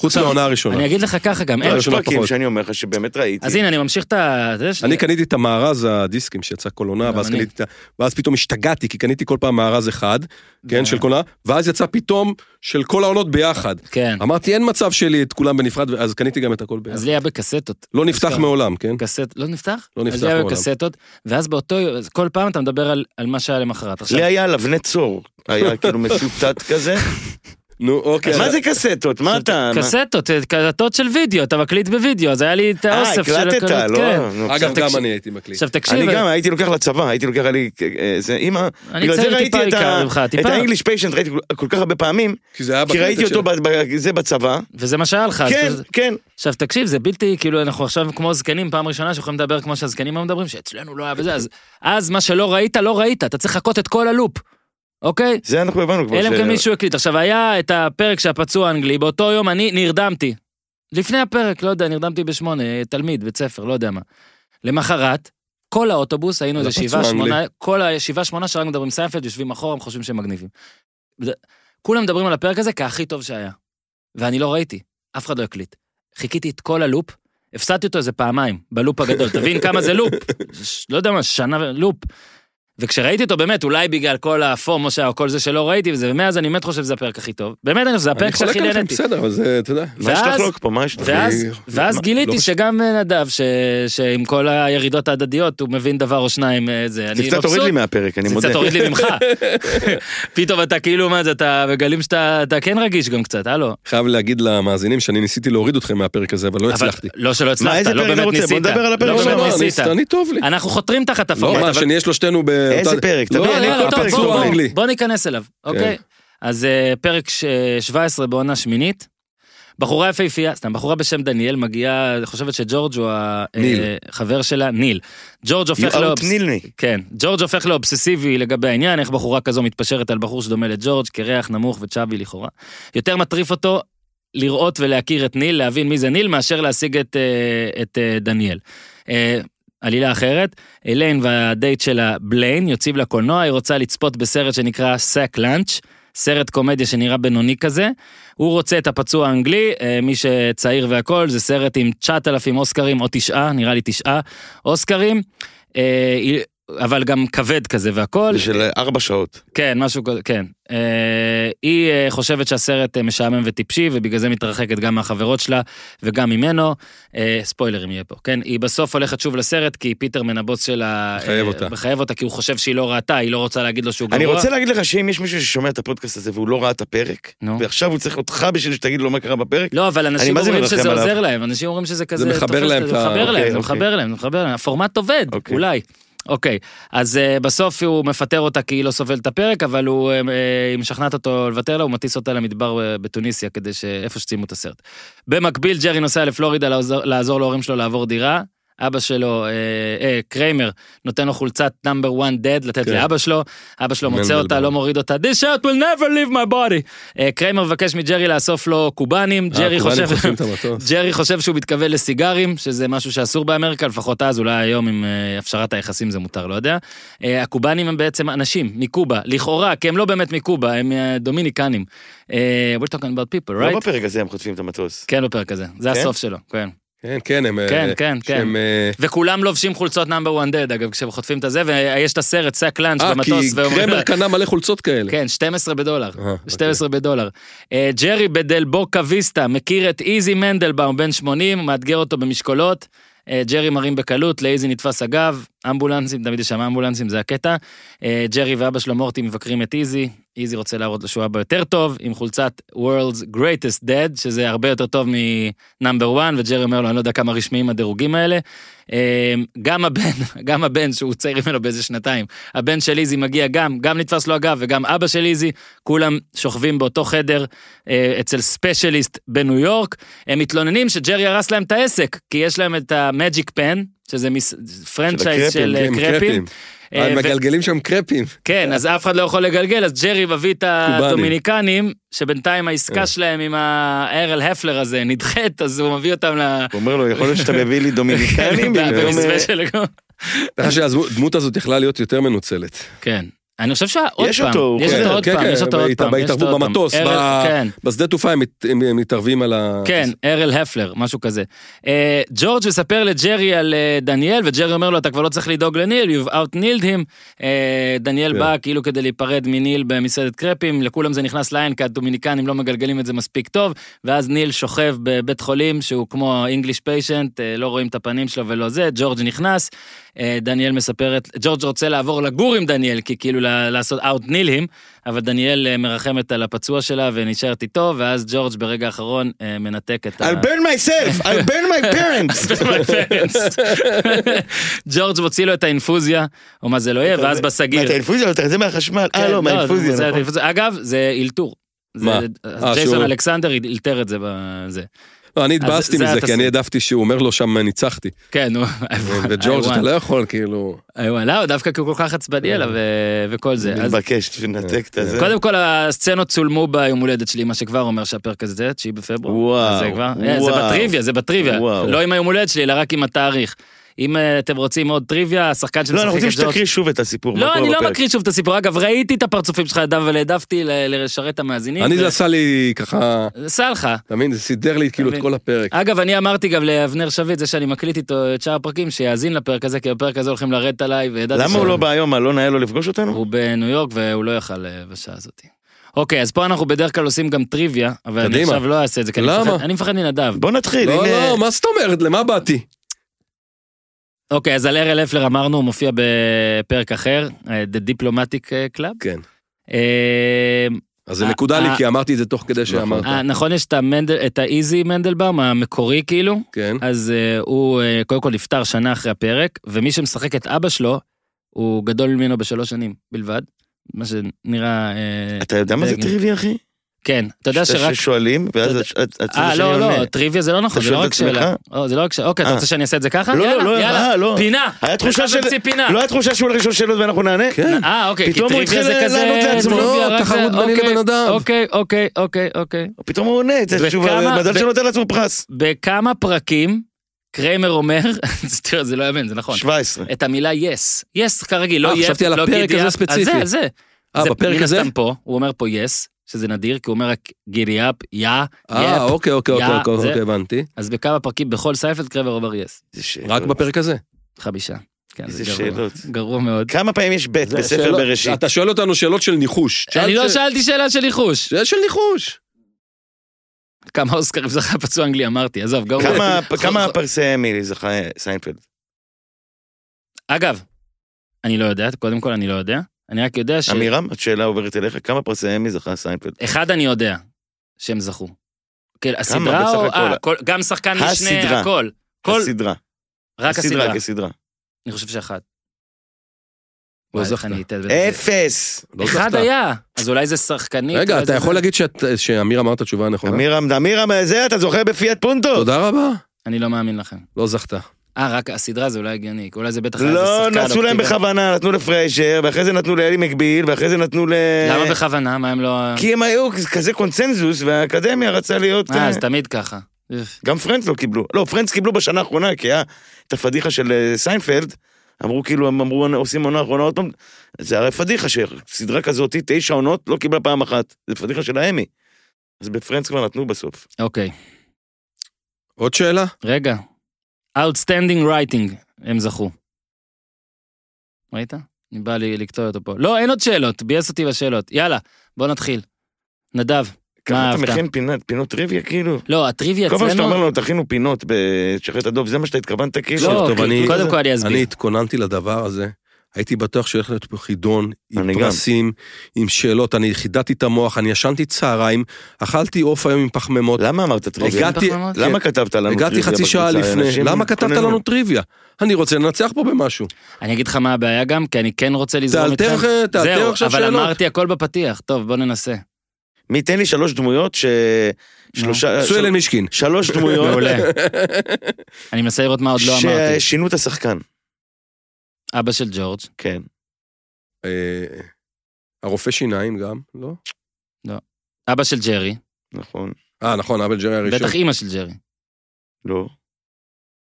חוץ מהעונה הראשונה. אני אגיד לך ככה גם, אין... לא, כן, יש שלא פרקים פחות. שאני אומר לך שבאמת ראיתי. אז הנה, אני ממשיך את ה... זה שלי. אני קניתי את המארז הדיסקים שיצא כל עונה, גם ואז אני. קניתי את ה... ואז פתאום השתגעתי, כי קניתי כל פעם מארז אחד, כן, של כל עונה, ואז יצא פתאום של כל העונות ביחד. כן. אמרתי, אין מצב שלי את כולם בנפרד, אז קניתי גם את הכל אז ביחד. לי היה בקסטות. לא נפתח אשכרה. מעולם, כן? קסט... לא נפתח? לא נפתח אז לי היה מעולם. בקסטות, ואז באותו... יום- אז כל פעם אתה מדבר על, על מה שהיה למחרת. עכשיו, לי היה על אבני צור, היה כאילו משופטט כזה. נו, אוקיי. מה זה קסטות? מה אתה? מה- כן. קסטות, קלטות של וידאו, אתה מקליט בווידאו, אז היה לי את אה, האוסף של הקלטת, הקלטות, לא? כן. נו, אגב, בסדר. גם אני הייתי מקליט. עכשיו תקשיב, אני גם הייתי לוקח לצבא, הייתי לוקח לי, אה, זה אימא, אני צעיר טיפה את ה- יקר ממך, את טיפה, האנגליש פיישנט ראיתי כל- כל כך הרבה פעמים, כי זה היה כי בקלטת ראיתי אה, של- אותו ב- ב- זה בצבא, וזה מה שהיה לך. אז כן, אתה- כן, עכשיו תקשיב, זה בלתי, כאילו אנחנו עכשיו כמו זקנים, פעם ראשונה שיכולים לדבר כמו שהזקנים היו מדברים, שאצלנו לא היה בזה, אז- אז מה שלא ראית, לא ראית, אתה צריך לחכות את כל הלופ, אוקיי? זה אנחנו הבנו כבר, אלא אם ש- כן מישהו הקליט. עכשיו, היה את הפרק שהפצוע האנגלי, באותו יום אני נרדמתי. לפני הפרק, לא יודע, נרדמתי בשמונה, תלמיד, בית ספר, לא יודע מה. למחרת, כל האוטובוס, היינו על איזה הפצוע שבעה, האנגלי. שמונה, כל השבעה, שמונה שרק מדברים סיינפלד, יושבים אחורה, הם חושבים שהם מגניבים. זה- כולם מדברים על הפרק הזה כהכי טוב שהיה. ואני לא ראיתי, אף אחד לא הקליט. חיכיתי את כל הלופ, הפסדתי אותו איזה פעמיים, בלופ הגדול, תבין כמה זה לופ, ש- לא יודע מה, שנה ו- לופ. וכשראיתי אותו באמת, אולי בגלל כל הפומו שהיה, או כל זה שלא ראיתי, וזה, ומאז אני באמת חושב שזה הפרק הכי טוב. באמת, אני חושב שזה אני הפרק חולק שהכי עליכם, נהניתי. בסדר, אבל זה, אתה יודע. מה יש ואז- לחלוק פה, מה יש לך? ואז, אני- ואז מה, גיליתי לא שגם אה, נדב, ש, שעם כל הירידות ההדדיות, הוא מבין דבר או שניים, אה, זה, זה אני קצת הוריד לי מהפרק, אני זה מודה. קצת הוריד לי ממך. פתאום אתה כאילו, מה זה, אתה מגלים שאתה אתה כן רגיש גם קצת, הלו. לא חייב להגיד למאזינים שאני ניסיתי להוריד אתכם מהפרק הזה, אבל לא אבל הצלחתי. לא שלא מה, הצלחת, איזה לא פרק אתה באמת רוצה? בוא ניסית. נדבר על הפרק לא שלנו. באמת אני- ניסית. אני טוב לי. אנחנו חותרים תחת לא, הפורמט. מה, אבל- שנהיה שלושתנו ב... איזה פרק? לא, אה, תביא, לא, אני לא, אביא לא, את טוב, הפרק בוא, שלו בוא, באנגלי. בוא ניכנס אליו, אוקיי? אז אה, פרק ש- 17 בעונה שמינית, בחורה יפהפייה, סתם, בחורה בשם דניאל מגיעה, חושבת שג'ורג' הוא ניל. החבר שלה, ניל. ג'ורג' הופך You out לאובס... נילני. כן, ג'ורג' הופך לאובססיבי לגבי העניין, איך בחורה כזו מתפשרת על בחור שדומה לג'ורג', קרח, נמוך וצ'אבי לכאורה. יותר מטריף אותו לראות ולהכיר את ניל, להבין מי זה ניל, מאשר להשיג את, אה, את אה, דניאל. אה, עלילה אחרת, אליין והדייט שלה בליין יוצאים לקולנוע, היא רוצה לצפות בסרט שנקרא סאק לאנץ', סרט קומדיה שנראה בינוני כזה. הוא רוצה את הפצוע האנגלי, אה, מי שצעיר והכול, זה סרט עם 9,000 אוסקרים, או תשעה, נראה לי תשעה אוסקרים, אה, היא- אבל גם כבד כזה והכל. זה של אה, ארבע שעות. כן, משהו כזה, כן. אה, היא אה, חושבת שהסרט אה, משעמם וטיפשי, ובגלל זה מתרחקת גם מהחברות שלה וגם ממנו. אה, ספוילרים יהיה פה, כן? היא בסוף הולכת שוב לסרט, כי פיטרמן, הבוס שלה... אה, מחייב אותה. מחייב אותה, כי הוא חושב שהיא לא ראתה, היא לא רוצה להגיד לו שהוא גרוע. אני רוצה להגיד לך שאם יש מישהו ששומע את הפודקאסט הזה והוא לא ראה את הפרק, נו. ועכשיו הוא צריך אותך בשביל שתגיד לו מה קרה בפרק, לא, אבל אני אנשים מה זה אומרים מרחם שזה עליו? עוזר להם, אנשים אומרים שזה כזה... מחבר תופס להם את את זה ה- מחבר להם, זה אוקיי, מחבר להם, זה מחבר להם, הפורמט עובד, אוקיי. אולי. אוקיי, אז אה, בסוף הוא מפטר אותה כי היא לא סובלת את הפרק, אבל הוא, אה, אה, היא משכנעת אותו לוותר לה, הוא מטיס אותה למדבר אה, בתוניסיה, כדי ש... איפה שציימו את הסרט. במקביל, ג'רי נוסע לפלורידה לעזור, לעזור להורים שלו לעבור דירה. אבא שלו, אה, אה, קריימר, נותן לו חולצת number one dead לתת כן. לאבא שלו, אבא שלו מוצא מנדלבאום. אותה, לא מוריד אותה, this shot will never leave my body. אה, קריימר מבקש מג'רי לאסוף לו קובנים, ג'רי חושב... הכוהנים חוטפים אה, את המטוס. ג'רי חושב שהוא מתכוון לסיגרים, שזה משהו שאסור באמריקה, לפחות אז, אולי היום עם אה, הפשרת היחסים זה מותר, לא יודע. אה, הקובנים הם בעצם אנשים מקובה, לכאורה, כי הם לא באמת מקובה, הם אה, דומיניקנים. אה, We're talking about people, לא right? בפרק הזה הם חוטפים את המטוס. כן, בפרק הזה, זה כן? הסוף שלו, כן. כן, כן, הם... אה, כן, כן, שהם, כן. אה, וכולם לובשים חולצות נאמבר 1 dead, אגב, כשהם חוטפים את הזה, ויש את הסרט, סאק לאנץ' אה, כי במטוס, ואומרים... קרמר קנה מלא חולצות כאלה. כן, 12 בדולר. אה, 12 בדולר. אה, ג'רי בדלבוקה ויסטה מכיר את איזי מנדלבאום, בן 80, מאתגר אותו במשקולות. אה, ג'רי מרים בקלות, לאיזי נתפס הגב, אמבולנסים, תמיד יש שם אמבולנסים, זה הקטע. אה, ג'רי ואבא שלו מורטי מבקרים את איזי, איזי רוצה להראות לו שהוא אבא יותר טוב, עם חולצת World's Greatest Dead, שזה הרבה יותר טוב מנאמבר 1, וג'רי אומר לו, אני לא יודע כמה רשמיים הדירוגים האלה. אה, גם הבן, גם הבן שהוא צעיר ממנו באיזה שנתיים, הבן של איזי מגיע גם, גם נתפס לו הגב וגם אבא של איזי, כולם שוכבים באותו חדר אה, אצל ספיישליסט בניו יורק. הם מתלוננים שג'רי הרס להם את העסק, כי יש להם את המג'יק פן, שזה מס... פרנצ'ייז של אה, כן, קרפים. אה, אה, ו- מגלגלים שם קרפים. כן, אז אף אחד לא יכול לגלגל, אז ג'רי מביא את הדומיניקנים, שבינתיים העסקה אה. שלהם עם הארל הפלר הזה נדחית, אז הוא מביא אותם ל... הוא אומר לו, יכול להיות שאתה מביא לי דומיניקנים? במקום, אה, כן, במסווה של- ככה שהדמות הזאת יכלה להיות יותר מנוצלת. כן. אני חושב שעוד פעם, יש אותו, יש כן, אותו עוד כן, פעם, כן, יש אותו עוד בהת- פעם, יש אותו בהתערבות עוד פעם. במטוס, ארל- ב- כן, בשדה תעופה הם מת- הם מתערבים על ה... כן, ארל הפלר, משהו כזה. אה, ג'ורג' מספר לג'רי על אה, דניאל, וג'רי אומר לו, אתה כבר לא צריך לדאוג לניל, you've outnilled him. אה, דניאל כן. בא כאילו כדי להיפרד מניל במסעדת קרפים, לכולם זה נכנס לעין, כי הדומיניקנים לא מגלגלים את זה מספיק טוב, ואז ניל שוכב בבית חולים, שהוא כמו English patient, אה, לא רואים את הפנים שלו ולא זה, ג'ורג' נכנס, אה, דניאל מספרת, ג'ורג' רוצה לעבור לגור עם דניאל, כי כאילו ל- לעשות outnill him, אבל דניאל אה, מרחמת על הפצוע שלה ונשארת איתו, ואז ג'ורג' ברגע האחרון אה, מנתק את ה... I'll burn myself, I'll burn my parents. ג'ורג' מוציא לו את האינפוזיה, או מה זה לא יהיה, ואז מה, בסגיר. את האינפוזיה? אתה זה מהחשמל. אה, כן, לא, זה- זה מהאינפוזיה, נכון. האינפוזיה. אגב, זה אילתור. זה- מה? אז אה, ג'ייסון שהוא- אלכסנדר אילתר את זה בזה. לא, אני התבאסתי אז זה מזה, כי התסריט. אני העדפתי שהוא אומר לו שם ניצחתי. כן, נו. וג'ורג' I אתה won. לא יכול, כאילו... I won. לא, דווקא כי הוא כל כך עצבני אליו ו- וכל זה. אז מתבקש, תנתק את הזה. קודם כל הסצנות צולמו ביום הולדת שלי, מה שכבר אומר שהפרק הזה זה 9 בפברואר. וואו, אז זה כבר- אה, זה וואו. בטריוויה, זה בטריוויה. וואו. לא עם היום הולדת שלי, אלא רק עם התאריך. אם אה, אתם רוצים עוד טריוויה, השחקן לא, אנחנו שמשחק רוצים את ג'ורג' שתקריא שוב את הסיפור. מה לא, קורה אני לא בפרק. מקריא שוב את הסיפור. אגב, ראיתי את הפרצופים שלך, אדם, אבל העדפתי ל- לשרת את המאזינים. אני זה ו- עשה לי ככה... עשה לך. אתה מבין? זה סידר לי כאילו את מבין. כל הפרק. אגב, אני אמרתי גם לאבנר שביט, זה שאני מקליט איתו את שאר הפרקים, שיאזין לפרק הזה, כי בפרק הזה הולכים לרדת עליי, וידעתי למה הוא שהוא- לא בא היום? מה, לא נאה לו לפגוש אותנו? הוא בניו יורק והוא לא יכל אה, בשעה הזאת. אוקיי, אז פה אנחנו בדרך כלל עושים גם טריוויה, אבל אני קדימה. עכשיו לא אעשה את זה, כי אני למה? מפחד- אני מפחד מנדב. בוא נתחיל, לא, אה, הנה. לא, מה זאת אומרת? למה באתי? אוקיי, אז על ארל אפלר אמרנו, הוא מופיע בפרק אחר, אה, The Diplomatic אה, Club. כן. אה, אז זה אה, נקודה לי, אה. כי אמרתי את זה תוך כדי אוקיי. שאמרת. אה, נכון, יש את המנדל- את האיזי מנדלבאום, המקורי כאילו, כן. אז אה, הוא אה, קודם כל נפטר שנה אחרי הפרק, ומי שמשחק את אבא שלו, הוא גדול ממנו בשלוש שנים בלבד, מה שנראה... אה, אתה יודע מה זה בגין. טריוויה, אחי? כן, אתה יודע שרק... ששואלים, ואז אתה- את- את- את אה, רוצה שאני לא, עונה. לא, טריוויה זה לא נכון, אתה זה לא שואל את רק שאלה. או, זה לא רק שאלה. אוקיי, אתה אה. רוצה שאני אעשה את זה ככה? לא, לא, יאללה, לא, יאללה. אה, לא. פינה. היה תחושה אחד של... ממציא פינה. לא היה תחושה שהוא הולך לשאול שאלות ואנחנו נענה? כן. אה, אוקיי, כי פתאום הוא טריוויה זה התחיל כזה... לענות לעצמו. טריוויה, לא, רק זה, תחרות ביני אוקיי, לבין אדם. אוקיי, אוקיי, אוקיי, אוקיי. פתאום הוא עונה, זה וכמה- שוב, ו- מזל שנותן לעצמו פרס. בכמה פרקים קריימר אומר, זה- תראה, זה לא יאמן, זה נכון, 17. את המילה יס. יס כרגיל, לא אה, יס, חשבתי על לא הפרק גידי הזה אפ. ספציפי. על זה, על זה. אה, זה בפרק מן הזה? הסתם פה, הוא אומר פה יס, שזה נדיר, כי הוא אומר רק גידי אפ, יא, אה, יפ. אוקיי, אוקיי, יא, אוקיי, אוקיי, זה- אוקיי, הבנתי. אז בכמה פרקים, בכל סייפלד קריימר אומר יס. זה שאלות. אה, רק בפרק הזה. חמישה. כן, זה איזה גרוע. שאלות. גרוע מאוד. כמה פעמים יש ב' בספר שאלות- בראשית? אתה שואל אותנו שאלות של ניחוש. אני שאל לא ש- שאלתי שאלה של ניחוש. שאלה של ניחוש. כמה אוסקרים זכה פצוע אנגלי אמרתי, עזוב, גרוע. כמה- חו- כמה חו- פרסי אמילי זכה אה, סיינפלד? אגב, אני לא יודע, קודם כל אני לא יודע. אני רק יודע ש... אמירם, השאלה עוברת אליך, כמה פרסי אמי זכה סיינפלד? אחד אני יודע שהם זכו. כן, בסך הסדרה או... הכל? אה, כל- גם שחקן משנה, הסדרה. הכל. כל... הסדרה. רק הסדרה. כסדרה. אני חושב שאחת. לא וואי, איך זכת. אני אתן בזה. אפס. לא אחד זכת. היה. אז אולי זה שחקנית. רגע, אולי אתה זה- יכול להגיד שאת- שאמיר אמר את התשובה נכון. הנכונה? אמירם, אמירם, זה, אתה זוכר בפיאט פונטו? תודה רבה. אני לא מאמין לכם. לא זכת. אה, אה, רק הסדרה זה אולי הגיוני. כי אולי זה בטח היה איזה לא, שחקן או נעשו להם כתיבה. בכוונה, נתנו לפריישר, ואחרי זה נתנו לאלי מקביל, ואחרי זה נתנו ל... למה בכוונה? מה הם לא... כי הם היו כזה קונצנזוס, והאקדמיה רצה להיות... אה, אה, אז תמיד ככה. אוף. גם פרנץ לא קיבלו. לא, פרנץ קיבלו בשנה האחרונה, כי היה את הפדיחה של אה, סיינפלד. אמרו כאילו, הם אמרו, עושים עונה אחרונה עוד פעם. זה הרי פדיחה שסדרה כזאת, תשע עונות, לא קיבלה פעם אחת. זה פדיחה של האמי. אז בפרנץ כבר נתנו בסוף. אוקיי. עוד שאלה? רגע. Outstanding Writing, הם זכו. ראית? אני בא לי לקטוע אותו פה. לא, אין עוד שאלות, ביאס אותי בשאלות. יאללה, בוא נתחיל. נדב, מה כמה אתה אהבת? מכין פינת, פינות טריוויה כאילו? לא, הטריוויה כל פעם שאתה אצלנו... אומר לנו, תכינו פינות בשחרית הדוב, זה מה שאתה התכוונת כאילו? לא, טוב, כי- אני- קודם כל אני אסביר. אני התכוננתי לדבר הזה, הייתי בטוח שהולך להיות פה חידון, עם אני גם. פרסים, עם שאלות, אני חידדתי את המוח, אני ישנתי צהריים, אכלתי עוף היום עם פחמימות, למה אמרת טריוויה? הגעתי- כן, פחמימות? למה כתבת לנו טריוויה הגעתי חצי שעה בקבוצה? לפני, אנשים למה כתבת מתכוננים. לנו טריוויה? אני רוצה לנצח פה במשהו. אני אגיד לך מה הבעיה גם, כי אני כן רוצה לזרום איתכם. תאלתר אחרי- תאלתר זהו, עכשיו אבל שאלות. אמרתי הכל בפתיח, טוב, בוא ננסה. מי ייתן לי שלוש דמויות ש... שלושה... של- סואלן מישקין. שלוש דמויות מעולה. אני מנסה לראות מה עוד לא אמרתי. ששינו את השחקן. אבא של ג'ורג', כן. אה, הרופא שיניים גם, לא? אבא של ג'רי, נכון. אה, נכון, אבל ג'רי הראשון. בטח אימא של ג'רי. לא.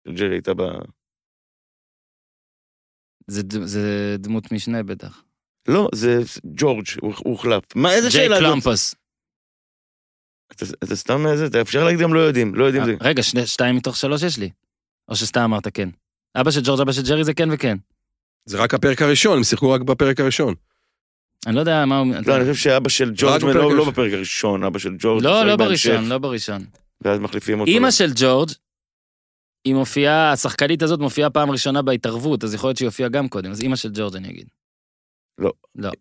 ג'רי הייתה ב... זה ד- זה דמות משנה בטח. לא, זה ג'ורג', הוא הוא הוחלף. מה, איזה ג'יי שאלה זאת? קלומפוס. אתה- אתה סתם איזה? אתה אפשר להגיד גם לא יודעים, לא יודעים זה. אה, רגע, שני- שתיים מתוך שלוש יש לי. או שסתם אמרת כן. אבא של ג'ורג', אבא של ג'רי זה כן וכן. זה רק הפרק הראשון, הם שיחקו רק בפרק הראשון. אני לא יודע מה הוא... לא, אני חושב שאבא של ג'ורג' בפרק לא- לא הראשון. בפרק הראשון, אבא של ג'ורג'. לא, משחק לא בהמשך, בראשון, לא בראשון. ואז מחליפים אותו. אימא של ג'ורג', היא מופיעה, השחקנית הזאת מופיעה פעם ראשונה בהתערבות, אז יכול להיות שהיא הופיעה גם קודם, אז אימא של ג'ורג' אני אגיד.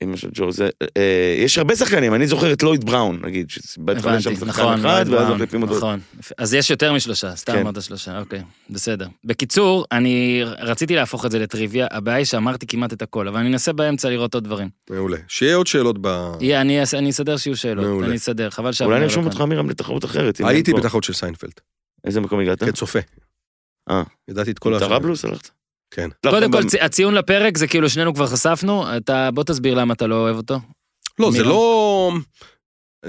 אמא של ג'ו, זה... אה, יש הרבה שחקנים, אני זוכר את לויד בראון, נגיד, שבהתחלה יש הבנתי, שם שחקן נכון, אחד, מאוד ואז מע"מ, מחליפים אותו. נכון. אז יש יותר משלושה, סתם כן. אמרת שלושה, אוקיי, בסדר. בקיצור, אני רציתי להפוך את זה לטריוויה, הבעיה היא שאמרתי כמעט את הכל, אבל אני אנסה באמצע לראות עוד דברים. אה. מעולה. שיהיה עוד שאלות ב... יהיה, אני אעשה- אני אסדר שיהיו שאלות, מעולה. אני אסדר, חבל שאבנר אולי לא נרשום כאן. אותך, מירם, לתחרות אחרת. אם הייתי אין פה. בתחרות של סיינפלד, איזה מקום הגעת? כצופה. אה. ידעתי את כל אתה השאלות. רבלוס הלכת? כן. קודם הלכתם כל, גם- צ- הציון לפרק זה כאילו שנינו כבר חשפנו, אתה, בוא תסביר למה אתה לא אוהב אותו. לא, זה מירם. לא...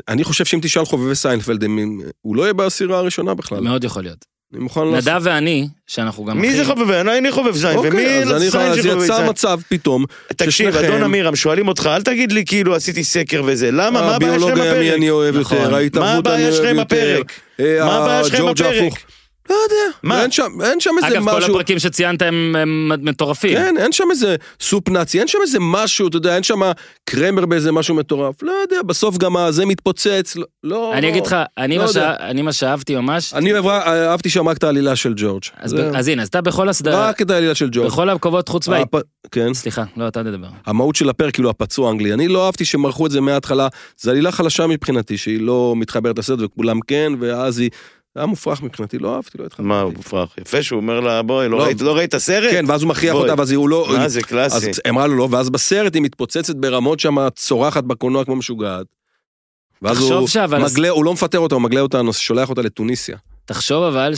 אני חושב שאם תשאל חובבי סיינפלד, הם- הם- הוא לא יהיה בעשירה הראשונה בכלל. מאוד יכול להיות. אני מוכן לעשות... נדב ואני, שאנחנו גם... מי הכי- זה חובב? אני- אני חובב זין, ומי אוקיי, אז אני זין יכול... אז שחובב יצא זין? מצב פתאום, תקשיב, ששניכם- אדון אמירם, שואלים אותך, אל תגיד לי כאילו עשיתי סקר וזה, למה? מה הבעיה שלכם הביולוג הימי בפרק? אה, אני אוהב נכון. יותר, מה ההתערבות אני הבעיה אוהב שלכם יותר. בפרק? אה, מה הבעיה שלכם הג'ורג' בפרק? ההפוך. לא יודע, מה? אין שם- אין שם איזה אגב, כל משהו. הפרקים שציינת הם הם מטורפים. כן, אין שם איזה סופ נאצי, אין שם איזה משהו, אתה יודע, אין שם קרמר באיזה משהו מטורף. לא יודע, בסוף גם הזה מתפוצץ, לא- לא... אני אגיד לך, אני לא מה יודע. שה- אני מה שאהבתי ממש, אני אהב- אהבתי שם רק את העלילה של ג'ורג'. אז זה- ב- אז הנה, אז אתה בכל הסדרה, רק את העלילה של ג'ורג'. בכל המקומות חוץ מה... הפ- כן. סליחה, לא, אתה תדבר. המהות של הפרק, כאילו הפצוע האנגלי. אני לא אהבתי שמרחו את זה מההתחלה. זו עלילה חלשה מבחינתי, שהיא לא מתחברת לסרט וכולם כן, ואז היא... זה היה מופרך מבחינתי, לא אהבתי, לא התחלתי. מה, הוא מופרך. יפה שהוא אומר לה, בואי, לא. לא ראית- לא ראית סרט? כן, ואז הוא מכריח בואי. אותה, ואז היא הוא לא... מה, זה אז קלאסי. אמרה לו לא, ואז בסרט היא מתפוצצת ברמות שם, צורחת בקולנוע כמו משוגעת. ואז תחשוב הוא, שאבל- מגלה, הוא לא מפטר אותה, הוא מגלה אותה, נוס- שולח אותה לטוניסיה. תחשוב אבל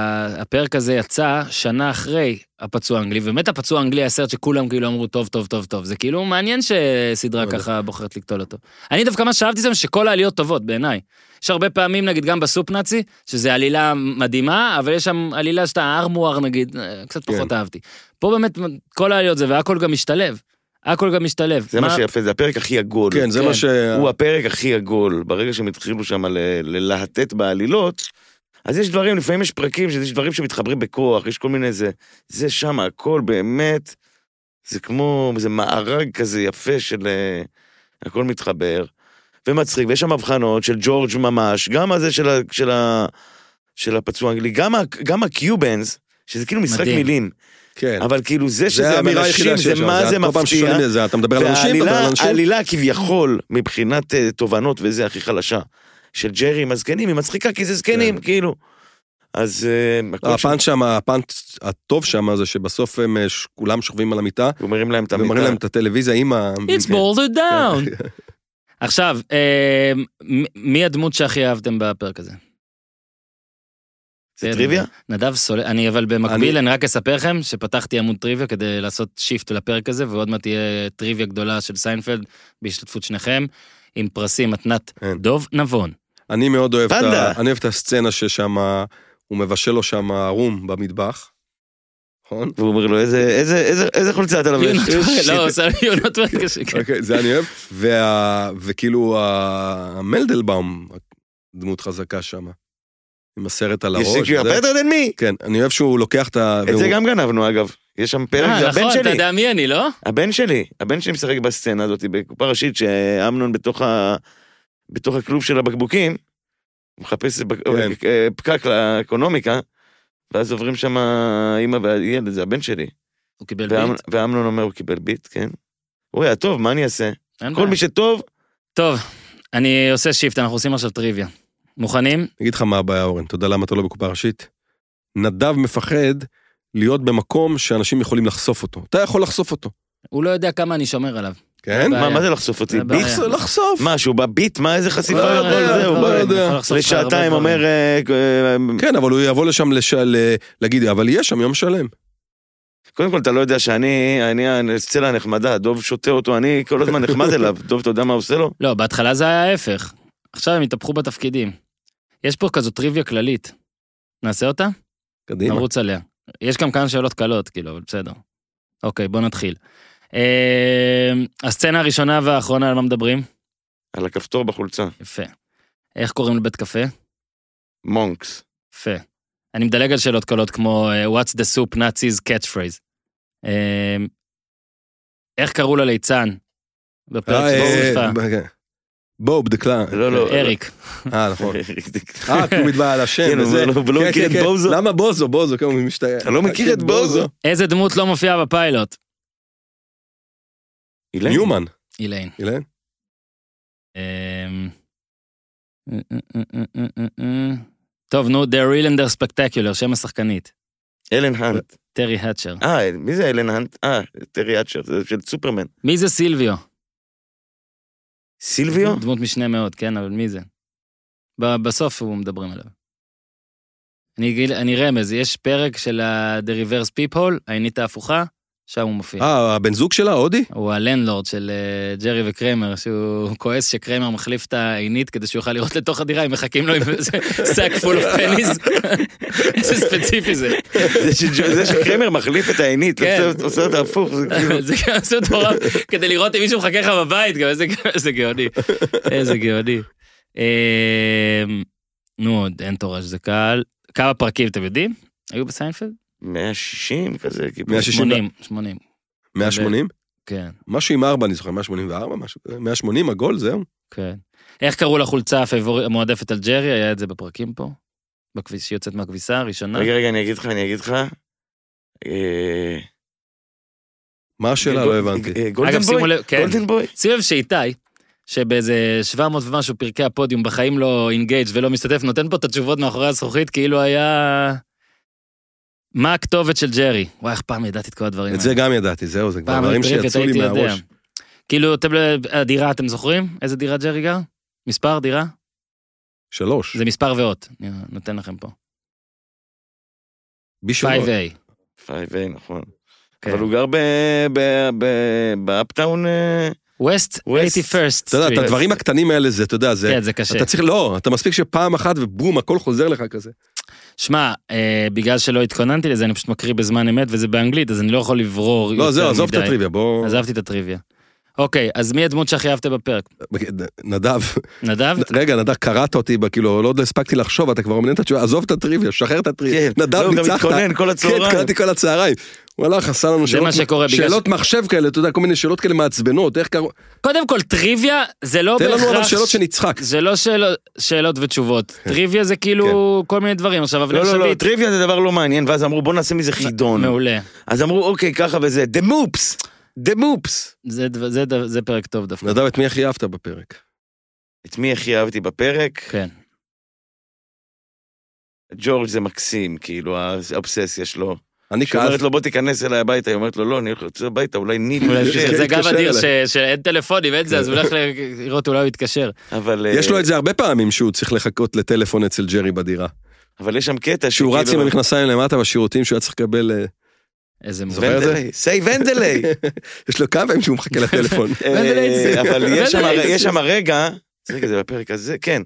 שהפרק הזה יצא שנה אחרי הפצוע האנגלי, ובאמת הפצוע האנגלי היה סרט שכולם כאילו אמרו טוב, טוב, טוב, טוב. זה כאילו מעניין שסדרה אבל- ככה בוחרת לקטול אותו. אני דווקא מה שאהבתי זה שכל העליות טובות בעיניי. יש הרבה פעמים, נגיד, גם בסופ נאצי, שזה עלילה מדהימה, אבל יש שם עלילה שאתה הארמואר נגיד, אה, קצת כן. פחות אהבתי. פה באמת כל העליות זה, והכל גם משתלב. הכל גם משתלב. זה מה שיפה, זה הפרק הכי עגול. כן, זה כן. מה ש... הוא הפרק הכי עגול. ברגע שהם התחילו שם ל- ללהטט בעלילות, אז יש דברים, לפעמים יש פרקים, שיש דברים שמתחברים בכוח, יש כל מיני זה. זה שם, הכל באמת, זה כמו, זה מארג כזה יפה של... אה, הכל מתחבר. ומצחיק, ויש שם הבחנות של ג'ורג' ממש, גם הזה של, ה, של, ה, של הפצוע האנגלי, גם, ה, גם הקיובנס, שזה כאילו משחק מדהים. מילים, כן. אבל כאילו זה זה שזה האמירה היחידה אנשים, שיש זה שם. מה זה כל פעם מפתיע. ששואלים את זה, אתה מדבר על אנשים, אתה מדבר על והעלילה, אנשים. העלילה כביכול, מבחינת אה, תובנות וזה, הכי חלשה. של ג'רי עם הזקנים, היא מצחיקה כי זה זקנים, כן. לא, כאילו. אז... אה, הכל הפאנץ' שם, הפאנץ' הטוב שם זה שבסוף הם אה, ש- כולם שוכבים על המיטה, שם, אומרים להם את ומראים להם המיטה. את הטלוויזיה כן. עם ה... It's bolder כן. down. עכשיו, אה, מ- מי הדמות שהכי אהבתם בפרק הזה? כן. זה טריוויה? נדב סולר, אני אבל במקביל, אני- אני רק אספר לכם שפתחתי עמוד טריוויה כדי לעשות שיפט לפרק הזה, ועוד מעט תהיה טריוויה גדולה של סיינפלד בהשתתפות שניכם, עם פרסים מתנת כן. דוב נבון. אני מאוד אוהב את פנדה. ה... אני אוהב את הסצנה ששם אה, הוא מבשל לו שם ערום במטבח. נכון? והוא אומר לו, "איזה- איזה- איזה איזה חולצה אתה לובש? יונות- לא, הוא עושה לי יונות מרגש, כן. אוקיי, זה אני אוהב. וה- וכאילו ה- המלדלבאום, דמות חזקה שם. עם הסרט לא, על הראש. הפסיק זה- הרבה יותר than me. כן, אני אוהב שהוא לוקח את ה... את זה והוא- גם גנבנו, אגב. יש שם פרק, אוקיי, זה אה, הבן נכון, אתה שלי. יודע מי אני, לא? הבן שלי, הבן שלי משחק בסצנה הזאת בקופה ראשית, שאמנון בתוך ה... בתוך הכלוב של הבקבוקים, הוא מחפש בק... כן. אה, פקק לאקונומיקה, ואז עוברים שם האמא והילד, זה הבן שלי. הוא קיבל ואמ... ביט. ואמנון אומר, הוא קיבל ביט, כן? הוא היה טוב, מה אני אעשה? אין כל בעיה. מי שטוב, טוב, אני עושה שיפט, אנחנו עושים עכשיו טריוויה. מוכנים? אני אגיד לך מה הבעיה, אורן, אתה יודע למה אתה לא בקופה ראשית? נדב מפחד להיות במקום שאנשים יכולים לחשוף אותו. אתה יכול לחשוף אותו. הוא לא יודע כמה אני שומר עליו. כן? בעיה. מה, מה זה לחשוף אותי? זה בעיה. ביט? לחשוף. מה, שהוא בביט? מה, איזה חשיפה? אה, לא יכול? יודע, זהו, לא בוא. יודע. יכול לחשוף לך הרבה לשעתיים דברים. אומר... אה, אה, כן, אבל הוא יבוא לשם לש- ל- להגיד, אבל יהיה שם יום שלם. קודם כל, אתה לא יודע שאני, אני הסצנה הנחמדה, דוב שותה אותו, אני כל הזמן נחמד אליו. דוב, אתה יודע מה עושה לו? לא, בהתחלה זה היה ההפך. עכשיו הם התהפכו בתפקידים. יש פה כזו טריוויה כללית. נעשה אותה? קדימה. נרוץ עליה. יש גם כמה שאלות קלות, כאילו, אבל בסדר. אוקיי, בוא נתחיל. אה, הסצנה הראשונה והאחרונה, על מה מדברים? על הכפתור בחולצה. יפה. איך קוראים לבית קפה? מונקס. יפה. אני מדלג על שאלות קלות כמו אה, What's the soup Nazis catch phrase. אה, איך קראו לליצן? בפרק אה, של אה, השרפה. אה, בוב דקלה. לא, לא. אריק. אה, נכון. אה, כי הוא מתבע על השם. כן, הוא וזה. לא- הוא לא כן, מכיר כן, את כן. בוזו? למה בוזו? בוזו, כן, הוא משתער. אתה לא מכיר את בוזו? איזה דמות לא מופיעה בפיילוט? אילן. ניומן. איליין. אילן? אמ, אה, אה, אה, אה, אה, אה. טוב, נו, The Real and the Spectacular, שם השחקנית. אלן האנט. טרי האצ'ר. אה, מי זה אלן האנט? אה, טרי אצ'ר, זה של סופרמן. מי זה סילביו? סילביו? דמות משנה מאוד, כן, אבל מי זה? ב- בסוף הוא מדברים עליו. אני אגיד, אני רמז, יש פרק של ה-The Reverse People, העינית ההפוכה, שם הוא כן. מופיע. אה, הבן זוג שלה, הודי? הוא הלנדלורד של אה, ג'רי וקרמר, שהוא כועס שקרמר מחליף את העינית כדי שהוא יוכל לראות לתוך הדירה, הם מחכים לו עם איזה sack full of pennies. איזה ספציפי זה. זה ש- זה שקרמר מחליף את העינית, כן. עושה- עושה אותה הפוך. זה כאילו- זה גם זה מטורף, כדי לראות אם מישהו מחכה לך בבית, גם איזה- איזה גאוני. איזה גאוני. אמ, נו, עוד אין תורש, זה קל. כמה פרקים אתם יודעים? היו בסיינפלד? 160 כזה, כאילו. 160. 80, 80, 180? כן, משהו עם ארבע, אני זוכר, 184, משהו. 180 עגול, זהו. כן. איך קראו לחולצה הפייבור- המועדפת על ג'רי? היה את זה בפרקים פה? בכביש, שיוצאת מהכביסה הראשונה? רגע, רגע, אני אגיד לך, אני אגיד לך. אה, מה השאלה? גול- לא הבנתי. אה, אגב, גולדן שימו בוי? לב, כן. גולדן בוי? שים לב שאיתי, שבאיזה 700 ומשהו פרקי הפודיום בחיים לא אינגייג' ולא משתתף, נותן פה את התשובות מאחורי הזכוכית כאילו היה... מה הכתובת של ג'רי? וואי, איך פעם ידעתי את כל הדברים את זה גם ידעתי, זהו, זה כבר פעם דברים בטריפת שיצאו לי הייתי יודע. מהראש. כאילו, אתם, הדירה, אתם זוכרים? איזה דירה ג'רי גר? מספר דירה? שלוש. זה מספר ואות, אני נותן לכם פה. בישול. 5A. פייביי, נכון. כן. אבל הוא גר ב- ב- ב- באפטאון... אה, West West. 81st. אתה יודע, את Street. הדברים הקטנים האלה זה, אתה יודע, זה... כן, זה קשה. אתה צריך, לא, אתה מספיק שפעם אחת ובום, הכל חוזר לך כזה. שמע, אה, בגלל שלא התכוננתי לזה, אני פשוט מקריא בזמן אמת, וזה באנגלית, אז אני לא יכול לברור לא, יותר זהו, עזוב את מדי. הטריוויה, בוא... עזבתי את הטריוויה. אוקיי, אז מי הדמות שהכי אהבת בפרק? נדב, נדב? רגע, נדב, קראת אותי, ב- כאילו, עוד לא הספקתי לחשוב, אתה כבר אומר את התשובה, עזוב את הטריוויה, שחרר את הטריוויה. כן. נדב, לא, הוא גם ניצחת. התכונן כל הצהריים. כן, התכוננתי כל הצהריים. הוא הלך, עשה לנו זה מה שקורה, שאלות בגלל שאלות מחשב כאלה, אתה יודע, כל מיני שאלות כאלה מעצבנות, איך קראו... קודם כל, טריוויה זה לא תן בהכרח... לנו אבל שאלות כן. שנצחק. זה לא שאלות- שאלות ותשובות. טריוויה זה כאילו כן. כל מיני דברים. עכשיו, אבנר לא, שביט... לא, לא, טריוויה זה דבר לא מעניין, ואז אמרו בוא נעשה מזה חידון. מעולה. אז אמרו אוקיי ככה וזה, דה מופס, דה מופס. זה דבר- זה דבר- זה פרק טוב דווקא. נדב, את מי הכי אהבת בפרק? את מי הכי אהבתי בפרק? כן. ג'ורג' זה מקסים, כאילו, האובססיה שלו. אני שאומרת כעס... לו בוא תיכנס אליי הביתה, היא אומרת לו לא, אני הולך לצאת הביתה, אולי ניל אולי יתקשר." זה גם התקשר אדיר אליי. כן. ש- שאין טלפונים, אין זה, אז הוא הולך ל- לראות אולי הוא יתקשר. אבל... יש אה, לו את זה הרבה פעמים שהוא צריך לחכות לטלפון אצל ג'רי בדירה. אבל יש שם קטע שהוא רץ עם המכנסיים למטה בשירותים שהוא היה צריך לקבל... אה, איזה מוזר. זוכר את זה? ונדלי, say ונדלי. יש לו כמה פעמים שהוא מחכה לטלפון. ונדלי אה, זה- אבל יש שם- ונדלי זה- יש שם רגע, רגע, זה בפרק הזה, כן,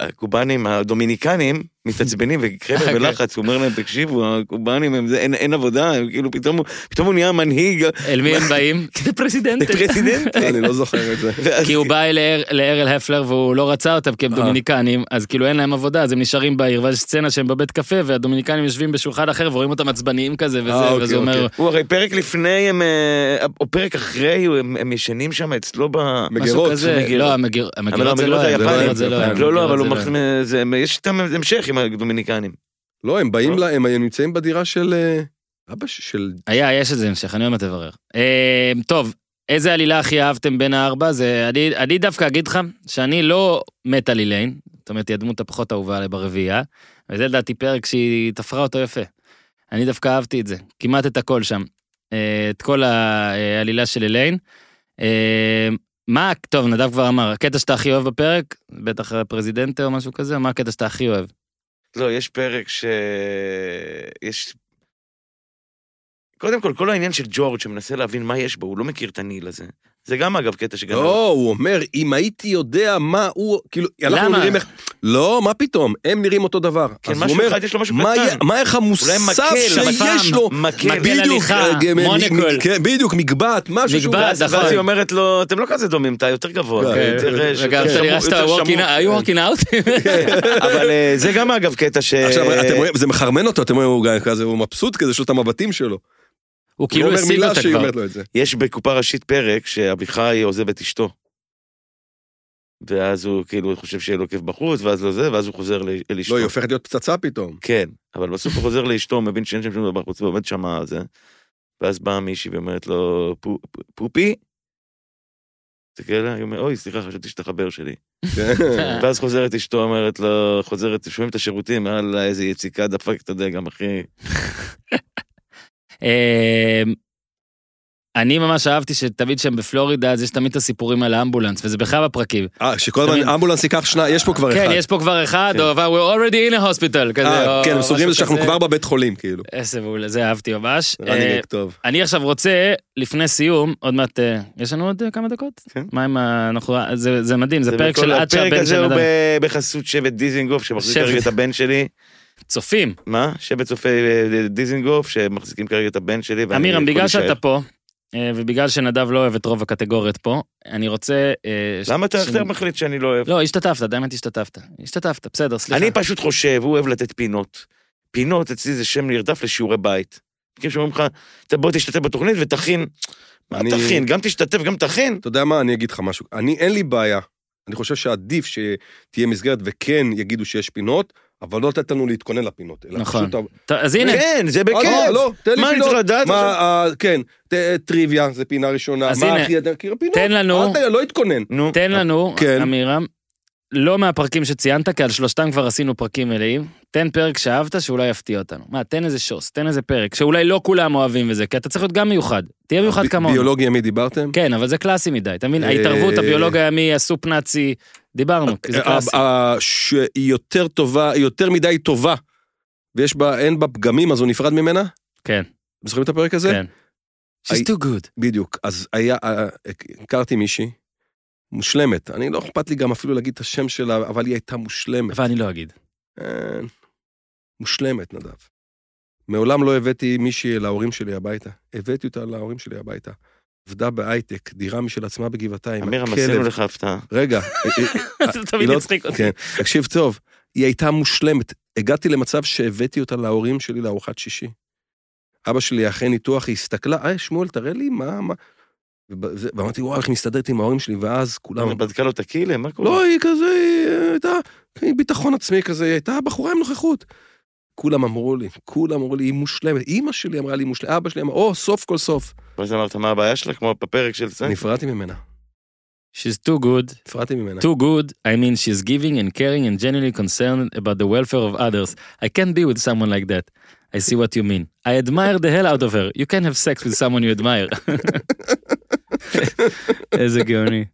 שהקובנים, הדומיניקנים, מתעצבנים אה, וקרמר כן. בלחץ, הוא אומר להם, תקשיבו, הקובנים, הם זה- אין- אין עבודה, הם כאילו פתאום הוא- פתאום הוא נהיה מנהיג, אל מי הם באים? פרסידנט. פרסידנט. אני לא זוכר את זה. ואז- כי הוא בא אל אר- לארל הפלר והוא לא רצה אותם כי הם אה. דומיניקנים, אז כאילו אין להם עבודה, אז הם נשארים בעיר, ואז יש סצנה שהם בבית קפה והדומיניקנים יושבים בשולחן אחר ורואים אותם עצבניים כזה אה, וזה, אוקיי, וזה אומר, הוא הרי פרק לפני, הם, אה, או פרק אחרי, הוא- הם הם ישנים שם אצלו ב... משהו מגירות, כזה, מגירות. לא, המגיר- אבל המגירות זה לא המגילות הם, המגירות היפניות, זה לא הם, לא, לא, המגירות אבל זה הוא לא הם. מחמיא, זה- יש איתם המשך עם הדומיניקנים. לא, הם באים, לא? לה, הם נמצאים בדירה של... אה, אבא ש- של... היה, יש איזה המשך, אני עוד מעט אברר. אה, טוב, איזה עלילה הכי אהבתם בין הארבע? זה, אני, אני דווקא אגיד לך שאני לא מת על איליין, זאת אומרת, היא הדמות הפחות אהובה עליי ברביעייה, וזה לדעתי פרק שהיא תפרה אותו יפה. אני דווקא אהבתי את זה, כמעט את הכל שם. אה, את כל העלילה של איליין. אה, מה, טוב, נדב כבר אמר, הקטע שאתה הכי אוהב בפרק, בטח הפרזידנטה או משהו כזה, מה הקטע שאתה הכי אוהב? לא, יש פרק ש... יש... קודם כל, כל העניין של ג'ורג' שמנסה להבין מה יש בו, הוא לא מכיר את הניל הזה. זה גם, אגב, קטע שגנב. לא, הוא אומר, אם הייתי יודע מה הוא... כאילו, אנחנו למה? נראים איך... לא, מה פתאום, הם נראים אותו דבר. כן, אז הוא משהו אומר, אחד, יש לו משהו מה קטן. יה- מה איך אולי המוסף מקל, שיש שפם, לו? מקל. מקל בדיוק, הליכה, אה, מ- מונוקול. מ- כן, בדיוק, מגבעת, משהו שהוא... מגבעת, ואז נכון. ואז היא אומרת לו, אתם לא כזה דומים, אתה יותר גבוה. כן. יותר- יותר וגם אתה שמור- נראה שאתה יותר וורקינג, שמור." היו וורקינג אאוט? אבל אה, זה גם, אגב, קטע ש... אה, עכשיו, אתם רואים, זה מחרמן אותו, אתם רואים, הוא גם כזה, הוא מבסוט כזה, יש לו את המבטים שלו. הוא הוא כאילו אומר השיג מילה אותה שהיא כבר. אומרת לו את זה. לא, יש בקופה ראשית פרק שאביחי עוזב את אשתו. ואז הוא כאילו חושב שיהיה לו כיף בחוץ, ואז לא זה, ואז הוא חוזר ל- אל אשתו. לא, היא הופכת להיות פצצה פתאום. כן, אבל בסוף הוא חוזר לאשתו, הוא מבין שאין שם שום דבר חוץ, ועומד שם זה. ואז באה מישהי ואומרת לו, "פו- פו- פופי? תסתכל עליה, היא אומרת, אוי, סליחה, חשבתי שאתה חבר שלי. כן. אה. ואז חוזרת אשתו, אומרת לו, חוזרת, שומעים את השירותים, יאללה, איזה יציקה דפק, אתה יודע, גם אחי. אמ, אני ממש אהבתי שתמיד שהם בפלורידה, אז יש תמיד את הסיפורים על האמבולנס, וזה בכלל בפרקים. אה, שכל הזמן תמיד. אמבולנס ייקח שניים, יש פה כבר אחד. כן, יש פה כבר אחד, כן. או אבל we're already in a hospital, כזה. אה, או כן, הם משהו סוגרים את זה שאנחנו כזה. כבר בבית חולים, כאילו. איזה מעולה, זה אהבתי ממש. אה, רנינג טוב. אני עכשיו רוצה, לפני סיום, עוד מעט, אה, יש לנו עוד אה, כמה דקות? כן. מה עם ה... אנחנו- אה, זה זה מדהים, זה פרק וכל של עד הפרק שהבן הזה של הוא אדם... ב- בחסות שבט דיזינגוף, שמחזיק שבט. כרגע את הבן שלי. צופים. מה? שבט צופי אה, דיזינגוף, שמחזיקים כרגע את הבן שלי. ואני אמירם, יכול בגלל להישאר. שאתה פה, אה, ובגלל שנדב לא אוהב את רוב הקטגוריות פה, אני רוצה... אה, ש- למה אתה ש- יותר מחליט שאני לא אוהב? לא, השתתפת, די האמת השתתפת. השתתפת, בסדר, סליחה. אני פשוט חושב, הוא אוהב לתת פינות. פינות אצלי זה שם נרדף לשיעורי בית. כאילו שאומרים לך, אתה בוא תשתתף בתוכנית ותכין. מה אני- תכין? גם תשתתף, גם תכין? אתה יודע מה, אני אגיד לך משהו. אני, אין לי בעיה. אני חושב שעדיף שתהיה מסגרת וכן יגידו שיש פינות, אבל לא לתת לנו להתכונן לפינות. אלא נכון. פשוט- טוב, אז הנה, כן, זה אה, לא, בכיף. לא, תן לי מה, אני פינות. צריך לדעת מה, עכשיו? אה, כן, ת- אה, טריוויה, זה פינה ראשונה. אז מה הנה, הכי- כאילו, פינות. תן לנו- אל ת- לא התכונן. נו, תן לנו, כן. אמירם, לא מהפרקים שציינת, כי על שלושתם כבר עשינו פרקים מלאים. תן פרק שאהבת שאולי יפתיע אותנו. מה, תן איזה שוס, תן איזה פרק, שאולי לא כולם אוהבים וזה, כי אתה צריך להיות גם מיוחד. תהיה מיוחד ב- כמונו. ביולוגיה מי דיברתם? כן, אבל זה קלאסי מדי, אתה מבין? אה, ההתערבות, הביולוג הימי, הסופ נאצי, דיברנו, כי זה קלאסי. ה- ה- שהיא אה, יותר טובה, היא יותר מדי טובה, ויש בה, אין בה פגמים, אז הוא נפרד ממנה? כן, זוכרים את הפרק הזה? כן. She's הי- too good. בדיוק. אז היה, אה, הכרתי מישהי, מושלמת. אני לא אכפת לי גם אפילו להגיד את השם שלה, אבל היא הייתה מושלמת. אבל אני לא אגיד. אה, מושלמת, נדב. מעולם לא הבאתי מישהי להורים שלי הביתה. הבאתי אותה להורים שלי הביתה. עבדה בהייטק, דירה משל עצמה בגבעתיים, אמיר, הכלב- אה, עשינו לך הפתעה. רגע, אה, זה תמיד לא- יצחיק אותי. כן, תקשיב טוב, היא הייתה מושלמת. הגעתי למצב שהבאתי אותה להורים שלי לארוחת שישי. אבא שלי אחרי ניתוח, היא הסתכלה, אה, שמואל, תראה לי מה, מה... וב- זה- ואמרתי, וואו, איך היא מסתדרת עם ההורים שלי, ואז כולם... למה? בדקה לו את הכלא, מה קורה? לא, היא כזה, היא הייתה, היא ביטחון עצמי כזה, היא הייתה בחורה עם נוכחות. כולם אמרו לי, כולם אמרו לי, היא מושלמת. אימא שלי אמרה לי, מושלמת, אבא שלי אמר, או, סוף כל סוף. ואז אמרת, מה הבעיה שלך? כמו בפרק של זה? נפרדתי ממנה, She's too good, נפרדתי ממנה. too good, I mean she's giving and caring and genuinely concerned about the welfare of others. I can't be with someone like that. I see what you mean. I admire the hell out of her. You can have sex with someone you admire. איזה גאוני.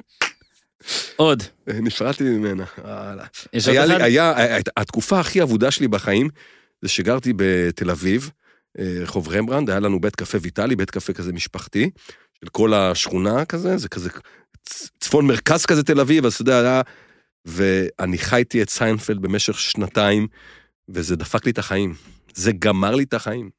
עוד, נפרדתי ממנה, וואלה. יש עוד היה לי, אחד? היה, הייתה- התקופה הכי אבודה שלי בחיים, זה שגרתי בתל אביב, אה, רחוב רמברנד, היה לנו בית קפה ויטלי, בית קפה כזה משפחתי, של כל השכונה כזה, זה כזה צ- צפון מרכז כזה תל אביב, אז אתה יודע, היה... ואני חייתי את סיינפלד במשך שנתיים, וזה דפק לי את החיים. זה גמר לי את החיים.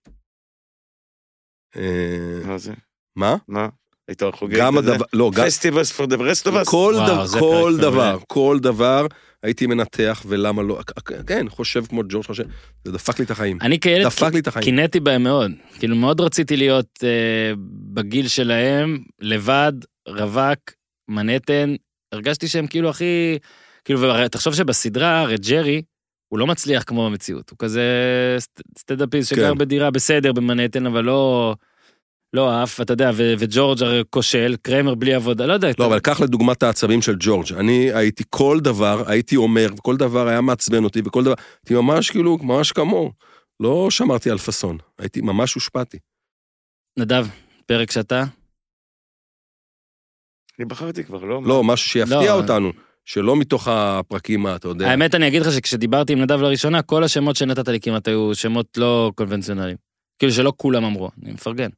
אה, מה זה? מה? מה? היית חוגג גם את זה? הדבר, לא, גם, פסטיבלס for the rest of us? כל, וואו, דבר, זה כל פרק דבר, מעולה. כל דבר, הייתי מנתח ולמה לא, כן, חושב כמו ג'ורג' חושב, זה דפק לי את החיים. אני כילד דפק לי את החיים. קינאתי בהם מאוד. כאילו מאוד רציתי להיות אה, בגיל שלהם, לבד, רווק, מנהטן. הרגשתי שהם כאילו הכי... כאילו, ותחשוב שבסדרה, הרי ג'רי, הוא לא מצליח כמו במציאות. הוא כזה סט- סטנדאפיסט שגר כן. בדירה בסדר במנהטן, אבל לא... לא עף, אתה יודע, ו- וג'ורג' הרי כושל, קרמר בלי עבודה, לא יודע. לא, אבל קח לדוגמת את העצבים של ג'ורג'. אני הייתי כל דבר, הייתי אומר, כל דבר היה מעצבן אותי, וכל דבר, הייתי ממש כאילו, ממש כמוהו. לא שמרתי על פאסון, הייתי, ממש הושפעתי. נדב, פרק שאתה? אני בחרתי כבר, לא? לא, משהו שיפתיע לא. אותנו, שלא מתוך הפרקים, ה- אתה יודע. האמת, אני אגיד לך שכשדיברתי עם נדב לראשונה, כל השמות שנתת לי כמעט היו שמות לא קונבנציונליים. כאילו שלא כולם אמרו, אני מפרגן.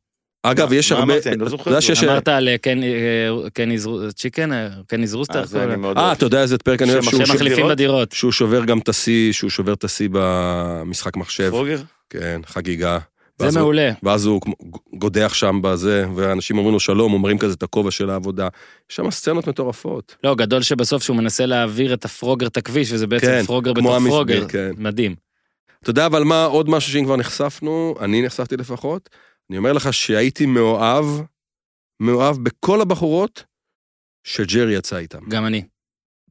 אגב, מה- יש מה הרבה... אמרתי? אני לא אתה זוכר. יודע שיש- אמרת על אה, קני- אה, קני זרו- צ'יקן, אה, קני זרוסטר, אה, זה אני מאוד אה, אוהב. אתה יודע איזה פרק אני אוהב שמח- שהוא- שמח- שמחליפים דירות? בדירות. שהוא שובר גם את השיא, שהוא שובר את השיא במשחק מחשב. פרוגר? כן, חגיגה. ואז זה הוא- מעולה. ואז הוא כמו- גודח שם בזה, ואנשים אומרים לו שלום, אומרים כזה את הכובע של העבודה. יש שם סצנות מטורפות. לא, גדול שבסוף שהוא מנסה להעביר את הפרוגר את הכביש, וזה בעצם כן, פרוגר כמו בתוך המסביר, פרוגר. כן. מדהים. אתה יודע, אבל מה עוד משהו שאם כבר נחשפנו, אני נחשפתי לפחות, אני אומר לך שהייתי מאוהב, מאוהב בכל הבחורות שג'רי יצא איתן. גם אני.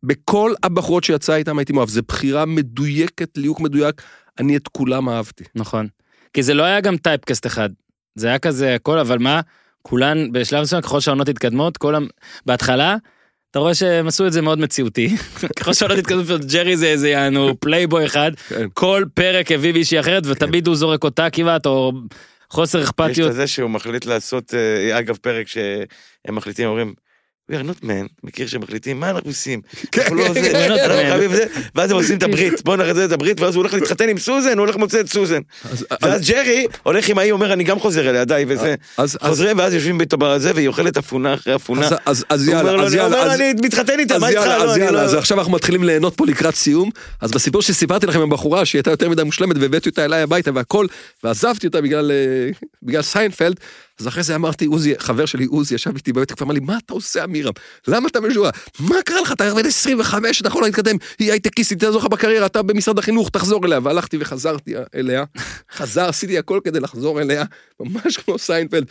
בכל הבחורות שיצא איתן הייתי מאוהב. זו בחירה מדויקת, ליהוק מדויק. אני את כולם אהבתי. נכון. כי זה לא היה גם טייפקאסט אחד. זה היה כזה הכל, אבל מה, כולן, בשלב מסוים, ככל שהעונות התקדמות, כולם, בהתחלה, אתה רואה שהם עשו את זה מאוד מציאותי. ככל שהעונות התקדמות, ג'רי זה איזה יענו פלייבוי אחד, כן. כל פרק הביא מישהי אחרת, ותמיד הוא זורק אותה כמעט, או חוסר יש את אכפתיות. זה שהוא מחליט לעשות, אה, אגב, פרק שהם מחליטים, אומרים, We are not men, מכיר שהם מחליטים, מה אנחנו עושים? כן. אנחנו לא זה, We're not אנחנו men." חייבים זה, ואז הם עושים את הברית, בואו נראה את הברית, ואז הוא הולך להתחתן עם סוזן, הוא הולך ומוצא את סוזן. אז- ואז ג'רי הולך עם ההיא, אומר, אני גם חוזר אליה, די, וזה. אז- אז- חוזרים, ואז יושבים ביתו בזה, והיא אוכלת אפונה אחרי אפונה. אז- אז- אז הוא אומר יאללה, לו, אז אני יאללה, אומר לו, אז- אני מתחתן איתה, אז מה איתך? יאללה, לא, אז אני יאללה, לא- אז עכשיו אנחנו מתחילים ליהנות פה לקראת סיום. אז בסיפור שסיפרתי לכם עם בחורה שהיא הייתה יותר מדי מושלמת והבאתי אותה אליי הביתה והכל, ועזבתי אותה בגלל, אה, בגלל סיינפלד, אז אחרי זה אמרתי, עוזי, חבר שלי עוזי ישב איתי בבית, כבר אמר לי, מה אתה עושה אמירם? למה אתה משוגע? מה קרה לך? אתה בן 25, אתה יכול להתקדם, היא הייטקיסטית, תעזור לך בקריירה, אתה במשרד החינוך, תחזור אליה. והלכתי וחזרתי אליה, חזר, עשיתי הכל כדי לחזור אליה, ממש כמו סיינפלד.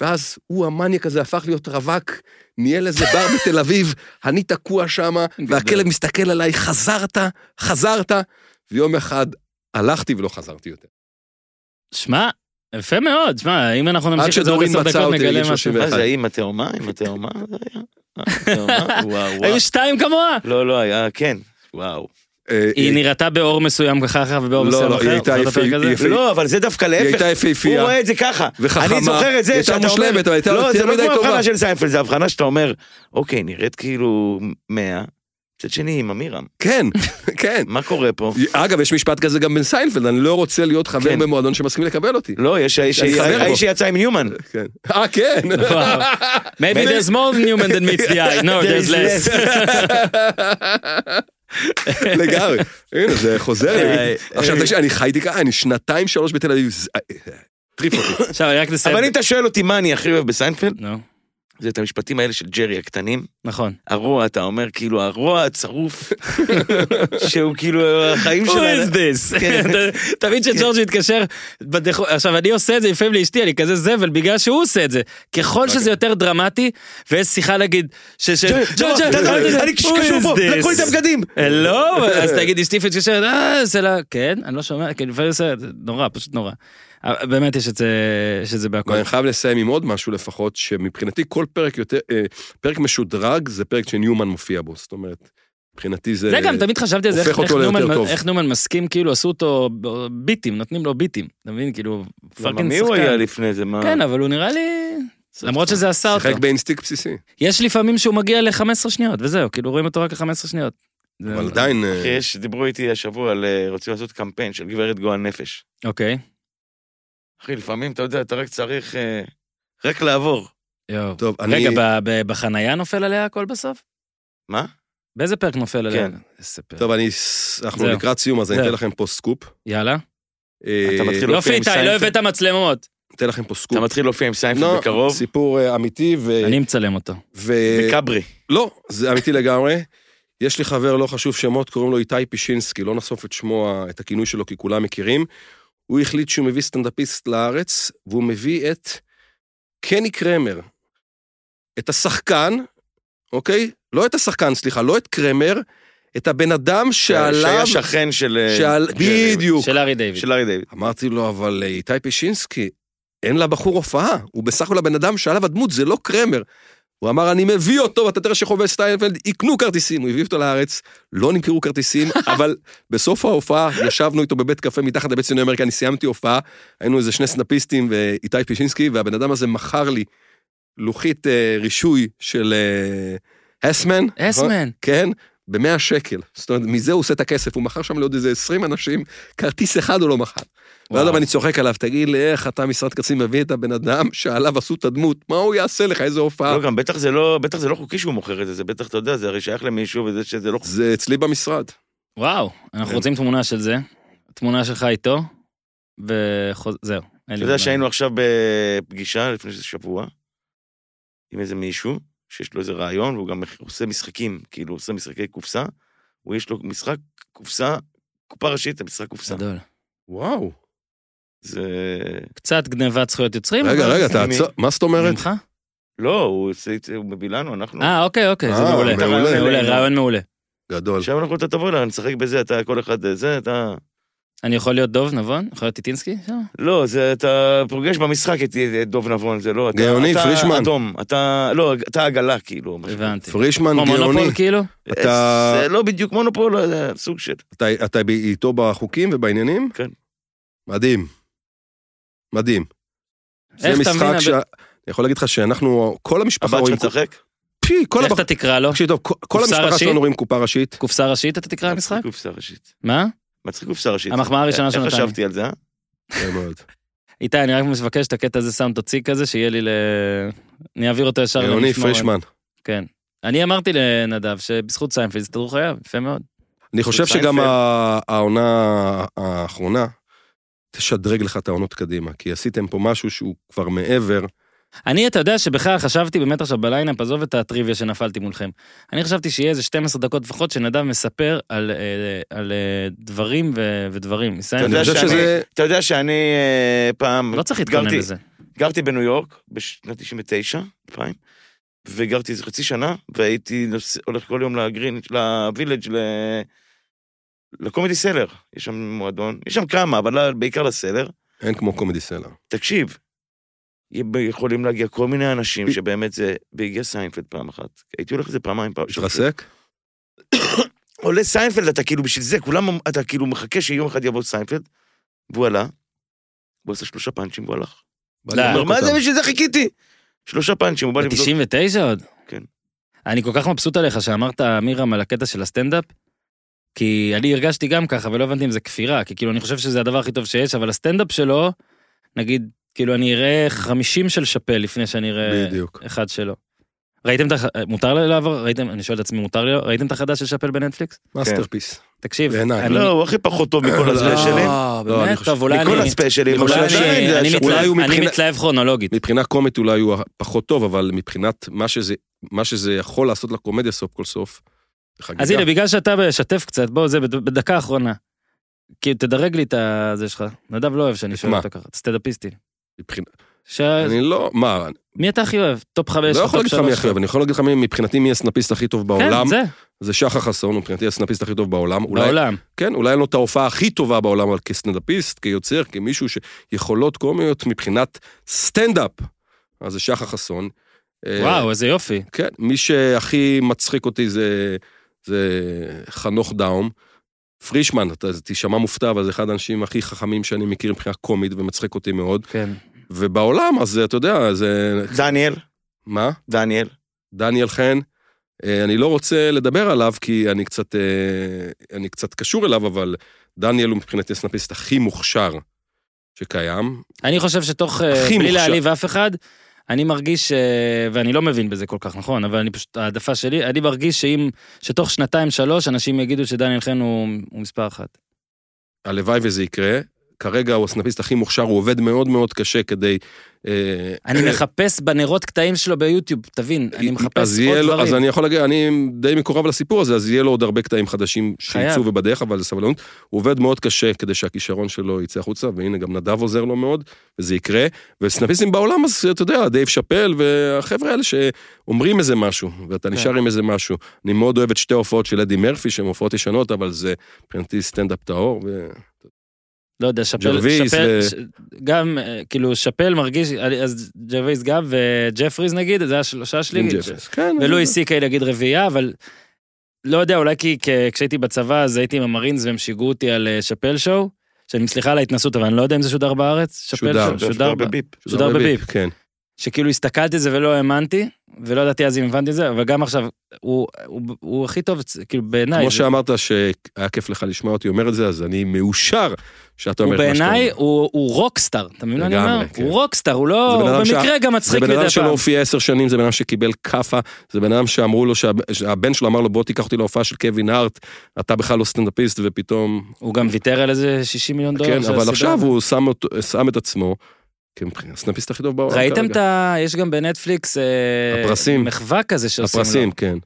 ואז הוא המניאק הזה הפך להיות רווק, ניהל איזה בר בתל אביב, אני תקוע שם, והכלב מסתכל עליי, חזרת, חזרת, ויום אחד הלכתי ולא חזרתי יותר. שמע, יפה מאוד, שמע, אם אנחנו עד נמשיך את זה עוד שדורין עשר מצאה דקות אותי נגלה בגיל משהו. 31. מה זה, עם התאומה? עם התאומה? זה היה? אה, התאומה? וואו, וואו. היו שתיים כמוה. לא, לא היה, כן. וואו. אה, היא נראתה באור מסוים ככה ובאור לא, מסוים לא, אחר? היא הייתה זוכר את יפה- הפרק הזה? היא יפה- לא, אבל זה דווקא להפך. הייתה יפהפייה. הוא רואה את זה ככה. וחכמה. אני זוכר את זה היא הייתה שאתה מושלמת, אומר- אבל הייתה לא, יותר זה לא מדי כמו טובה. הבחנה של סיינפלד, זה הבחנה שאתה אומר, אוקיי, נראית כאילו 100, מצד שני עם עמירם. כן, כן. מה קורה פה? אגב, יש משפט כזה גם בין סיינפלד, אני לא רוצה להיות חבר כן. במועדון שמסכים לקבל אותי. לא, יש האיש אני חבר בו. האיש שיצא עם ניומן. כן. אה, כן. וואו. Maybe there's more Newman than meets the eye. No, There there's is less. לגמרי. הנה, זה חוזר אה, לי. עכשיו, תקשיב, אני חייתי ככה, אני שנתיים, שלוש בתל אביב. זה- אה, טריף אותי. עכשיו, אני רק נסיים. אבל אם אתה שואל אותי מה אני הכי אוהב בסיינפלד, נו, זה את המשפטים האלה של ג'רי הקטנים. נכון. הרוע, אתה אומר, כאילו, הרוע הצרוף, שהוא כאילו, החיים Who שלנו. is this? כן. אתה- תמיד שג'ורג' מתקשר, בדחו- עכשיו אני עושה את זה לפעמים לאשתי, אני כזה זבל בגלל שהוא עושה את זה. ככל אוקיי. שזה יותר דרמטי, ויש שיחה נגיד, ש... ש- ג'רי, ג'ורג', אתה- ג'ורג', אתה- לא, אני who קשור is פה, this? לקחו לי את הבגדים. לא, אז תגיד אשתי מתקשרת, אה, זה לא, כן, אני לא שומע, כן, לפעמים עושה, זה נורא, פשוט נורא. אה, באמת יש את זה, יש את זה לא, אבל בהכל. אני חייב לסיים עם עוד משהו לפחות, שמבחינתי כל פרק יותר, אה, פרק משודרג זה פרק שניומן מופיע בו, זאת אומרת, מבחינתי זה... זה גם, תמיד חשבתי על זה, אה, הופך איך- איך אותו ליותר נומן- טוב. איך נומן מסכים, כאילו עשו אותו ב- ביטים, נותנים לו ביטים, אתה מבין, כאילו, למה, פאקינג מי הוא היה שחקן. לפני זה? מה? כן, אבל הוא נראה לי... למרות שזה עשה אותו. שיחק באינסטינקט בסיסי, יש לפעמים שהוא מגיע ל-15 שניות, וזהו, כאילו רואים אותו רק ל-15 שניות. זה- אבל עדיין... אה, אחי, יש, דיברו איתי השבוע על אה, רוצים לעשות קמפיין של גברת גועל נפש. אוקיי. אחי, לפעמים, אתה יודע, אתה רק צריך אה, רק לעבור. יואו. טוב, אני... רגע, ב- ב- בחנייה נופל עליה הכל בסוף? מה? באיזה פרק נופל עליה? כן. איזה פרק. טוב, אני... אנחנו זהו. לקראת סיום, אז אני זהו. אתן לכם פה סקופ. יאללה. אה, אתה מתחיל- יופי, להופיע עם איתי, לא סיינפלד. הבאת מצלמות. אתן לכם פה סקופ. אתה מתחיל להופיע עם סיינפלד לא, בקרוב? אה, סיפור אה, אמיתי ו... אני מצלם אותו. ו... בכברי. לא, זה אמיתי לגמרי. יש לי חבר, לא חשוב שמות, קוראים לו איתי פישינסקי, לא נחשוף את שמו, את הכינוי שלו, כי כולם מכירים. הוא החליט שהוא מביא סטנדאפיסט לארץ, והוא מביא את קני קרמר. את השחקן, אוקיי? לא את השחקן, סליחה, לא את קרמר, את הבן אדם שעליו... שהיה שכן של... אה, שעל... ג'רי, בדיוק. של ארי דיוויד. של ארי דיוויד. אמרתי לו, אבל אה, איתי פישינסקי, אין לבחור הופעה, הוא בסך הכל הבן אדם שעליו הדמות, זה לא קרמר. הוא אמר, אני מביא אותו, ואתה תראה שחובל סטיינפלד, יקנו כרטיסים. הוא הביא אותו לארץ, לא נמכרו כרטיסים, אבל בסוף ההופעה, ישבנו איתו בבית קפה מתחת לבית ציוני אמריקה, אני סיימתי הופעה, היינו איזה שני סנאפיסטים ואיתי פישינסקי, והבן אדם הזה מכר לי לוחית אה, רישוי של אה, הסמן. נכון? אסמן. כן, ב-100 שקל. זאת אומרת, מזה הוא עושה את הכסף, הוא מכר שם לעוד איזה 20 אנשים, כרטיס אחד הוא לא מכר. ואז וואו. אני צוחק עליו, תגיד לי, איך אתה משרד קצין מביא את הבן אדם שעליו עשו את הדמות, מה הוא יעשה לך, איזה הופעה? לא, גם בטח זה לא, בטח זה לא חוקי שהוא מוכר את זה, זה בטח, אתה יודע, זה הרי שייך למישהו וזה שזה לא חוקי. זה אצלי במשרד. וואו, כן. אנחנו רוצים תמונה של זה. תמונה שלך איתו, וזהו. אתה יודע שהיינו עכשיו בפגישה לפני שזה שבוע, עם איזה מישהו, שיש לו איזה רעיון, והוא גם עושה משחקים, כאילו, עושה משחקי קופסה, הוא יש לו משחק קופסה, קופה ראשית, זה משחק קופסה. גדול. וואו. זה... קצת גנבת זכויות יוצרים. רגע, אבל- רגע, תעצור, מה זאת אומרת? ממך? לא, הוא עושה את זה, הוא מביא לנו, אנחנו... אה, אוקיי, אוקיי, זה אה, מעולה. מעולה. מעולה, רעיון מעולה. גדול. עכשיו אנחנו, אתה תבוא אליי, נשחק בזה, אתה כל אחד אה, זה, אתה... אני יכול להיות דוב נבון? יכול להיות טיטינסקי? שם? לא, זה, אתה פוגש במשחק את את דוב נבון, זה לא... אתה- גאוני, אתה פרישמן. אדום, אתה... לא, אתה עגלה, כאילו. משהו. אה, הבנתי. פרישמן כמו גאוני, מונופול כאילו? אתה- זה לא בדיוק מונופול, זה סוג של... אתה- אתה ב- איתו בחוקים ובעניינים? כן. מדהים. מדהים. זה איך אתה משחק מבין? ש... אני יכול להגיד לך שאנחנו, כל המשפחה הבת רואים... שלך תשחק? פי, כל איך הבח- אתה תקרא לו? תקשיב טוב, כל- כל קופסה המשפחה ראשית? שלנו רואים קופה ראשית. קופסה ראשית אתה תקרא למשחק? מצחיק קופסה ראשית. מה? מצחיק קופסה ראשית. המחמאה הראשונה איך שנתן לי. חשבתי על זה, אה? יפה מאוד. איתי, אני רק מבקש את הקטע הזה סאונד תוציא כזה, שיהיה לי ל... אני אעביר אותו ישר יוני למשמורת. פרישמן. כן. אני אמרתי לנדב שבזכות סיינפלד הסתדרו חייו, יפה מאוד. אני חושב סיינפלד. שגם ה- העונה האחרונה תשדרג לך את העונות קדימה, כי עשיתם פה משהו שהוא כבר מעבר. אני, אתה יודע שבכלל חשבתי באמת עכשיו בליינאפ, עזוב את הטריוויה שנפלתי מולכם. אני חשבתי שיהיה איזה 12 דקות לפחות שנדב מספר על, אה, על אה, דברים ו- ודברים. אתה מסיינפלד. אני יודע חושב שאני- שזה- אתה יודע שאני אה, פעם... לא צריך להתכונן גרתי- לזה. גרתי בניו יורק בשנת 99, 2000, וגרתי איזה חצי שנה, והייתי נוס- הולך כל יום לגרין, לווילג' ל... לקומדי סלר. יש שם מועדון, יש שם כמה, אבל לא- בעיקר לסלר. אין כמו קומדי סלע. תקשיב, יכולים להגיע כל מיני אנשים שבאמת זה, והגיע סיינפלד פעם אחת. הייתי הולך לזה פעמיים פעם. התרסק? עולה סיינפלד, אתה כאילו בשביל זה, כולם, אתה כאילו מחכה שיום אחד יבוא סיינפלד, והוא עלה, הוא עשה שלושה פאנצ'ים והוא הלך. לא. הוא אומר, מה זה אה, אותם. בשביל זה חיכיתי? שלושה פאנצ'ים, הוא בא לבדוק. ב-99 עוד? כן. אני כל כך מבסוט עליך שאמרת, מירם, על הקטע של הסטנדאפ, כי אני הרגשתי גם ככה, ולא הבנתי אם זה כפירה, כי כאילו אני חושב שזה הדבר הכי טוב שיש, אבל הסטנדאפ שלו, נגיד, כאילו אני אראה 50 של שאפל לפני שאני אראה בדיוק. אחד שלו. ראיתם את הח... אה, מותר לי לעבור? ראיתם, אני שואל את עצמי, מותר לי? ראיתם את החדש של שאפל בנטפליקס? מאסטרפיס. תקשיב, בעיניי. אני... לא, הוא הכי פחות טוב מכל הספיישלים. אה, לא, אני באמת? חושב- טוב, אולי מכל אני... הספיישלים. אולי אבל אני- עדיין זה אני השאלה. מתלהב- אולי הוא אני מבחינת- מתלהב כרונולוגית. מבחינה קומית אולי הוא הפחות טוב, אבל מבחינת מה שזה, מה שזה יכול לעשות לקומדיה סוף כל סוף, זה חגיגה. אז הנה, בגלל שאתה משתף קצת, בוא, זה בד- בדקה האחרונה. כאילו, תדרג לי את הזה שלך. נדב לא אוהב שאני את שואל מה? אותו ככה, את סטנדאפיסטים. מבחינת- ש- אני לא, מה, מי אתה הכי אוהב? טופ חמש, לא יכול טופ להגיד לך מי שלוש. הכי אוהב, אני יכול להגיד לך מי מבחינתי מי הסנאפיסט הכי טוב בעולם, כן, זה, זה שחר חסון, הוא מבחינתי הסנאפיסט הכי טוב בעולם. אולי- בעולם. כן, אולי אין לו את ההופעה הכי טובה בעולם, אבל כסטנדאפיסט, כיוצר, כמישהו שיכולות קומיות מבחינת סטנדאפ, אז זה שחר חסון. אה, וואו, איזה יופי. כן, מי שהכי מצחיק אותי זה, זה חנוך דאום. פרישמן, אתה תשמע מופתע, אבל זה אחד האנשים הכי חכמים שאני מכיר מבחינה קומית ומצחיק אותי מאוד. כן. ובעולם, אז אתה יודע, זה... דניאל, מה? דניאל. דניאל חן. אה, אני לא רוצה לדבר עליו, כי אני קצת, אה, אני קצת קשור אליו, אבל דניאל הוא מבחינתי הסנאפיסט הכי מוכשר שקיים. אני חושב שתוך, אה, הכי בלי מוכשר. להעליב אף אחד, אני מרגיש, אה, ואני לא מבין בזה כל כך נכון, אבל אני פשוט, העדפה שלי, אני מרגיש שאם, שתוך שנתיים-שלוש אנשים יגידו שדניאל חן הוא הוא מספר אחת. הלוואי וזה יקרה. כרגע הוא הסנאפיסט הכי מוכשר, הוא עובד מאוד מאוד קשה כדי... אה, אני מחפש בנרות קטעים שלו ביוטיוב, תבין, אני מחפש אז יהיה עוד לו, אז דברים. אני יכול להגיד, אני די מקורב לסיפור הזה, אז יהיה לו עוד הרבה קטעים חדשים שיצאו חייב. ובדרך, אבל סבלנות. הוא עובד מאוד קשה כדי שהכישרון שלו יצא החוצה, והנה גם נדב עוזר לו מאוד, וזה יקרה. וסנאפיסטים בעולם, אז אתה יודע, דייב שאפל והחבר'ה האלה שאומרים איזה משהו, ואתה כן. נשאר עם איזה משהו. אני מאוד אוהב את שתי ההופעות של אדי מרפי, שהן הופעות ישנות, אבל זה מבחינתי סטנדאפ טהור. ו- לא יודע, שאפל, ג'רוויס שאפל, ו- ש... גם, אה, כאילו, שאפל מרגיש, אז ג'רוויס גם, וג'פריז נגיד, זה השלושה שלי, עם ג'פס. כן, ולואי סי.קיי נגיד רביעייה, אבל לא יודע, אולי כי כ- כשהייתי בצבא, אז הייתי עם המרינס והם שיגעו אותי על אה, שאפל שואו, שאני סליחה על ההתנסות, אבל אני לא יודע אם זה שודר בארץ, שאפל שודר, שואו, שודר שודר, ב- בביפ. שודר בביפ, כן. שכאילו הסתכלתי על זה ולא האמנתי, ולא ידעתי אז אם הבנתי את זה, אבל גם עכשיו, הוא, הוא, הוא הכי טוב, כאילו בעיניי, כמו זה- שאמרת שהיה כיף לך לשמוע אותי אומר את זה, אז אני מאושר שאתה הוא אומר את מה שאתה אומר. בעיניי, הוא הוא רוקסטאר, אתה מבין מה אני אומר? לגמרי, כן. הוא רוקסטאר, הוא לא, זה בן הוא אדם שה- במקרה גם מצחיק זה בן מדי אדם שלא פעם. הופיע עשר שנים, זה בן אדם שקיבל כאפה, זה בן אדם שאמרו לו, שהב- שהבן שלו אמר לו, בוא תיקח אותי להופעה של קווין הארט, אתה בכלל לא סטנדאפיסט, ופתאום... הוא גם ויתר על איזה 60 מיליון דולר. כן, של אבל לא, הסדרה. עכשיו הוא שם אותו- שם את עצמו, כמבחינת הסטנדאפיסט הכי טוב בעולם. ראיתם כרגע. את ה... יש גם בנטפליקס... אה, הפרסים. מחווה כזה שעושים לו. הפרסים, כן.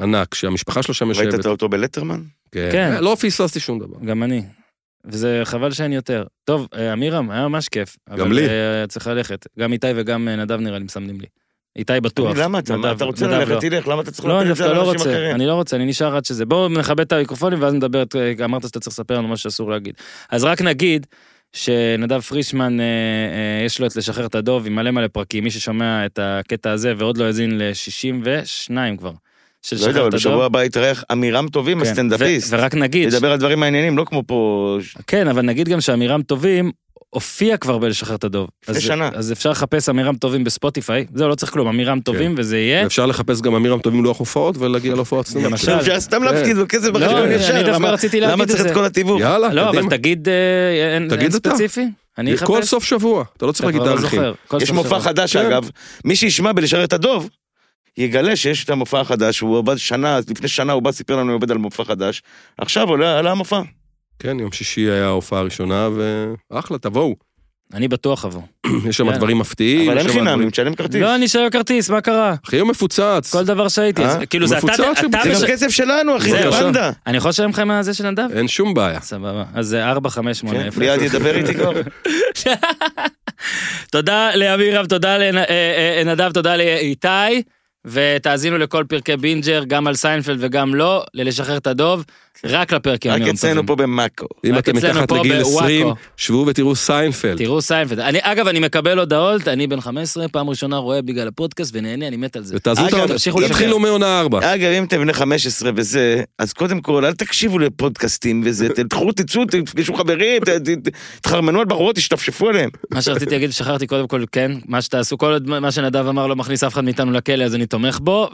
ענק, שהמשפחה שלו שם ראית את יושבת. אותו בלטרמן? כן. כן. לא פספסתי שום דבר. גם אני. וזה חבל שאין יותר. טוב, אה, אמירם, היה ממש כיף. אבל, לי. אה, צריך ללכת. גם איתי וגם אה, נדב נראה לי מסמנים לי. איתי בטוח. למה אתה, נדב- אתה רוצה נדב ללכת, לא. תלך, למה אתה צריך לא, אני לתת את זה דווקא לא לאנשים רוצה, אחרים? אני לא רוצה, אני נשאר עד שזה. בואו נכבד את המיקרופונים ואז נדבר, את- אמרת שאתה צריך לספר לנו מה שאסור להגיד. אז רק נגיד שנדב פרישמן, אה, אה, יש לו את לשחרר את הדוב עם מלא מלא פרקים, מי ששומע את הקטע הזה ועוד לא האזין ל-62 כבר. של לא יודע, לשחרר אבל את בשבוע הדוב. הבא יתארח אמירם טובים, כן, הסטנדאפיסט. ו- ורק נגיד, ידבר על דברים מעניינים, לא כמו פה... ש- כן, אבל נגיד גם שאמירם טובים הופיע כבר בלשחרר את הדוב. לפני אז- שנה. אז אפשר לחפש אמירם טובים בספוטיפיי, זהו, לא צריך כלום, אמירם טובים וזה יהיה. אפשר לחפש גם אמירם טובים לוח הופעות ולהגיע להופעות סטנדאפ. כן. למשל. כן. לא, אפשר סתם להפקיד לו כסף בחשבון אני ישר, דווקא למה- רציתי למה להגיד את צריך זה. את כל התיווך? יאללה, קדימה. לא, אבל תגיד, אה, אין- תגיד אין אתה. ספציפי, אני אחפש. כל סוף שבוע, אתה לא צריך אתה להגיד כבר לא תאריכים. זוכר, כל יש סוף מופע שבוע. חדש כן. אגב, מי שישמע בלשרת הדוב, יגלה שיש את המופע החדש, הוא עבד שנה, אז לפני שנה הוא בא, סיפר לנו, הוא עובד על מופע חדש, עכשיו עולה עלה המופע. כן, יום שישי היה ההופעה הראשונה, ואחלה, תבואו. אני בטוח אבוא. יש שם כן. דברים מפתיעים. אבל יש אין שם חינם, דברים- אני משלם כרטיס. לא, אני שואל כרטיס, מה קרה? אחי, הוא מפוצץ. כל דבר שהייתי, אז אה? כאילו זה אתה, מפוצץ אתה, שבוצע. זה מש- גם כסף שלנו, אחי, זה בבקשה. פנדה. אני יכול לשלם לך מהזה של נדב? אין שום בעיה. סבבה, אז זה 4, 5, 8, כן, 0. ליעד ידבר איתי כבר. תודה לאמירם, תודה אה, לנדב, תודה לאיתי, ותאזינו לכל פרקי בינג'ר, גם על סיינפלד וגם לא, ללשחרר את הדוב, רק לפרקים כן. רק המאוד טובים. אצלנו פה במאקו. אם רק אתם אצלנו מתחת פה לגיל בוואקו. 20, שבו ותראו סיינפלד. תראו סיינפלד. אני, אגב, אני מקבל הודעות, אני בן 15, פעם ראשונה רואה בגלל הפודקאסט ונהנה, אני מת על זה. ותעזבו אגב, את תמשיכו ה... לשקר. אה, תתחילו מעונה 4. אגב, אם אתם בני 15 וזה, אז קודם כל, אל תקשיבו לפודקאסטים וזה, תלכו, תצאו, תפגשו חברים, ת- ת- תחרמנו על בחורות, תשתפשפו עליהם. מה שרציתי להגיד, שכחתי קודם כל, כן, מה שתעשו, כל עוד מה שנדב אמר לא מכניס אף אחד מאיתנו לכלא, אז אני תומך בו,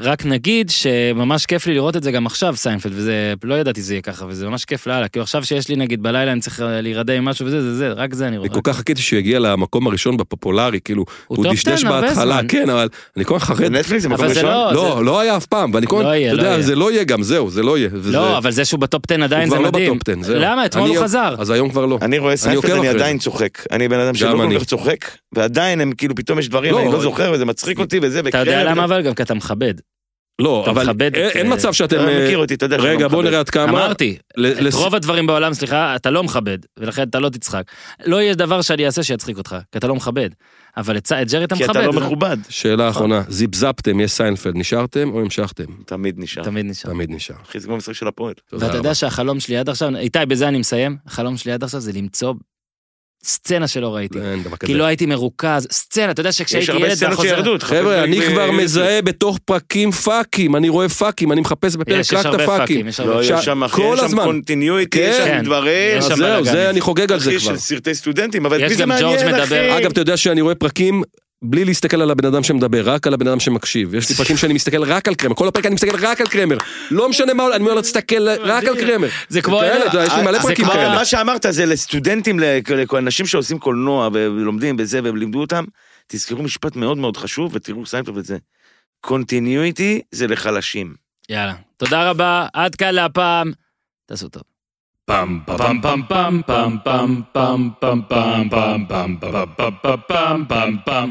ורק נגיד שממש כיף לי לראות את זה גם עכשיו, סיינפלד, וזה, לא ידעתי שזה יהיה ככה, וזה ממש כיף לאללה, כאילו עכשיו שיש לי נגיד בלילה אני צריך להירדם עם משהו וזה, זה זה, רק זה אני רואה. אני כל כך חיכיתי שהוא יגיע למקום הראשון בפופולרי, כאילו, אה. הוא הוא טופ דשדש 10 הרבה בהתחלה, זמן. כן, אבל אני כל כך חרד. נטפליקס זה מקום אבל זה לא, ראשון. לא, לא היה אף פעם, ואני כל לא הזמן, יהיה, אתה לא יודע, יהיה. זה לא יהיה גם, זהו, זה לא יהיה. וזה- לא, אבל זה שהוא בטופ 10 הוא עדיין זה כבר לא מדהים. בטופ 10, זהו. למה? אתמול אני- הוא חזר. אה, אז היום כבר לא. אני רואה סיינפלד, עוקב אני אחרי עדיין צוחק. אני בן אדם שלא גם כל אני. כך צוחק, ועדיין הם כאילו, פתאום יש דברים, לא, אני אבל- לא זוכר, וזה מצחיק אותי וזה, אתה יודע למה אבל? גם כי אתה מכבד. לא, אתה אבל מכבד אין- את- אין מצב שאתם... אתה אה, מכיר אותי, אתה יודע שאני רגע, לא בואו מכבד. נראה עד כמה. אמרתי, ל- את לס- רוב הדברים בעולם, סליחה, אתה לא מכבד, ולכן אתה לא תצחק. לא יהיה דבר שאני אעשה שיצחיק אותך, כי אתה לא מכבד. אבל את צ- את ג'רי אתה כי מכבד. אתה לא זה- מכובד. שאלה אחרונה, זיפזפתם, יש סיינפלד, נשארתם או המשכתם? תמיד נשאר. תמיד נשאר. תמיד נשאר. אחי, זה כמו משחק של הפועל. תודה ואתה רבה. יודע שהחלום שלי עד עכשיו, איתי, בזה אני מסיים, החלום שלי עד עכשיו זה למצוא סצנה שלא ראיתי. אין דבר כזה. כי לא הייתי מרוכז, סצנה, אתה יודע אה, יש שכשהייתי ילד... הרבה אתה סצנות חוזר- שירדו. תחפש חבר'ה, אני ב- כבר ב- מזהה בתוך פרקים פאקים, אני רואה פאקים, אני מחפש בפרק יש יש רק את הרבה הפאקים. פאקים, יש לא, הרבה יש עכשיו, שם, אחי, כל יש שם הזמן. קונטיניויטי, יש כן. שם דברים. יש אז שם זהו, בלאגנים. זה, אני חוגג על זה אחי, כבר. של סרטי סטודנטים, אבל יש את מי זה גם ג'ורג' מעניין, מדבר. אחי? אגב, אתה יודע שאני רואה פרקים בלי להסתכל על הבן אדם שמדבר, רק על הבן אדם שמקשיב. יש לי פרקים שאני מסתכל רק על קרמר, כל הפרק אני מסתכל רק על קרמר. לא משנה מה, אני אומר לו, תסתכל רק על קרמר. זה כמו- אה, כאלה, אתה יודע, יש לי מלא זה פרקים כמו- אבל כאלה. אה, מה שאמרת זה לסטודנטים, לכ- לאנשים שעושים קולנוע ולומדים בזה ולימדו אותם, תזכרו משפט מאוד מאוד חשוב ותראו סיינפלד את זה. קונטיניויטי זה לחלשים. יאללה. תודה רבה, עד כאן להפעם. תעשו טוב. Bum bum bum bum bum bum bum bum bum bum bum bum bum bum bum bum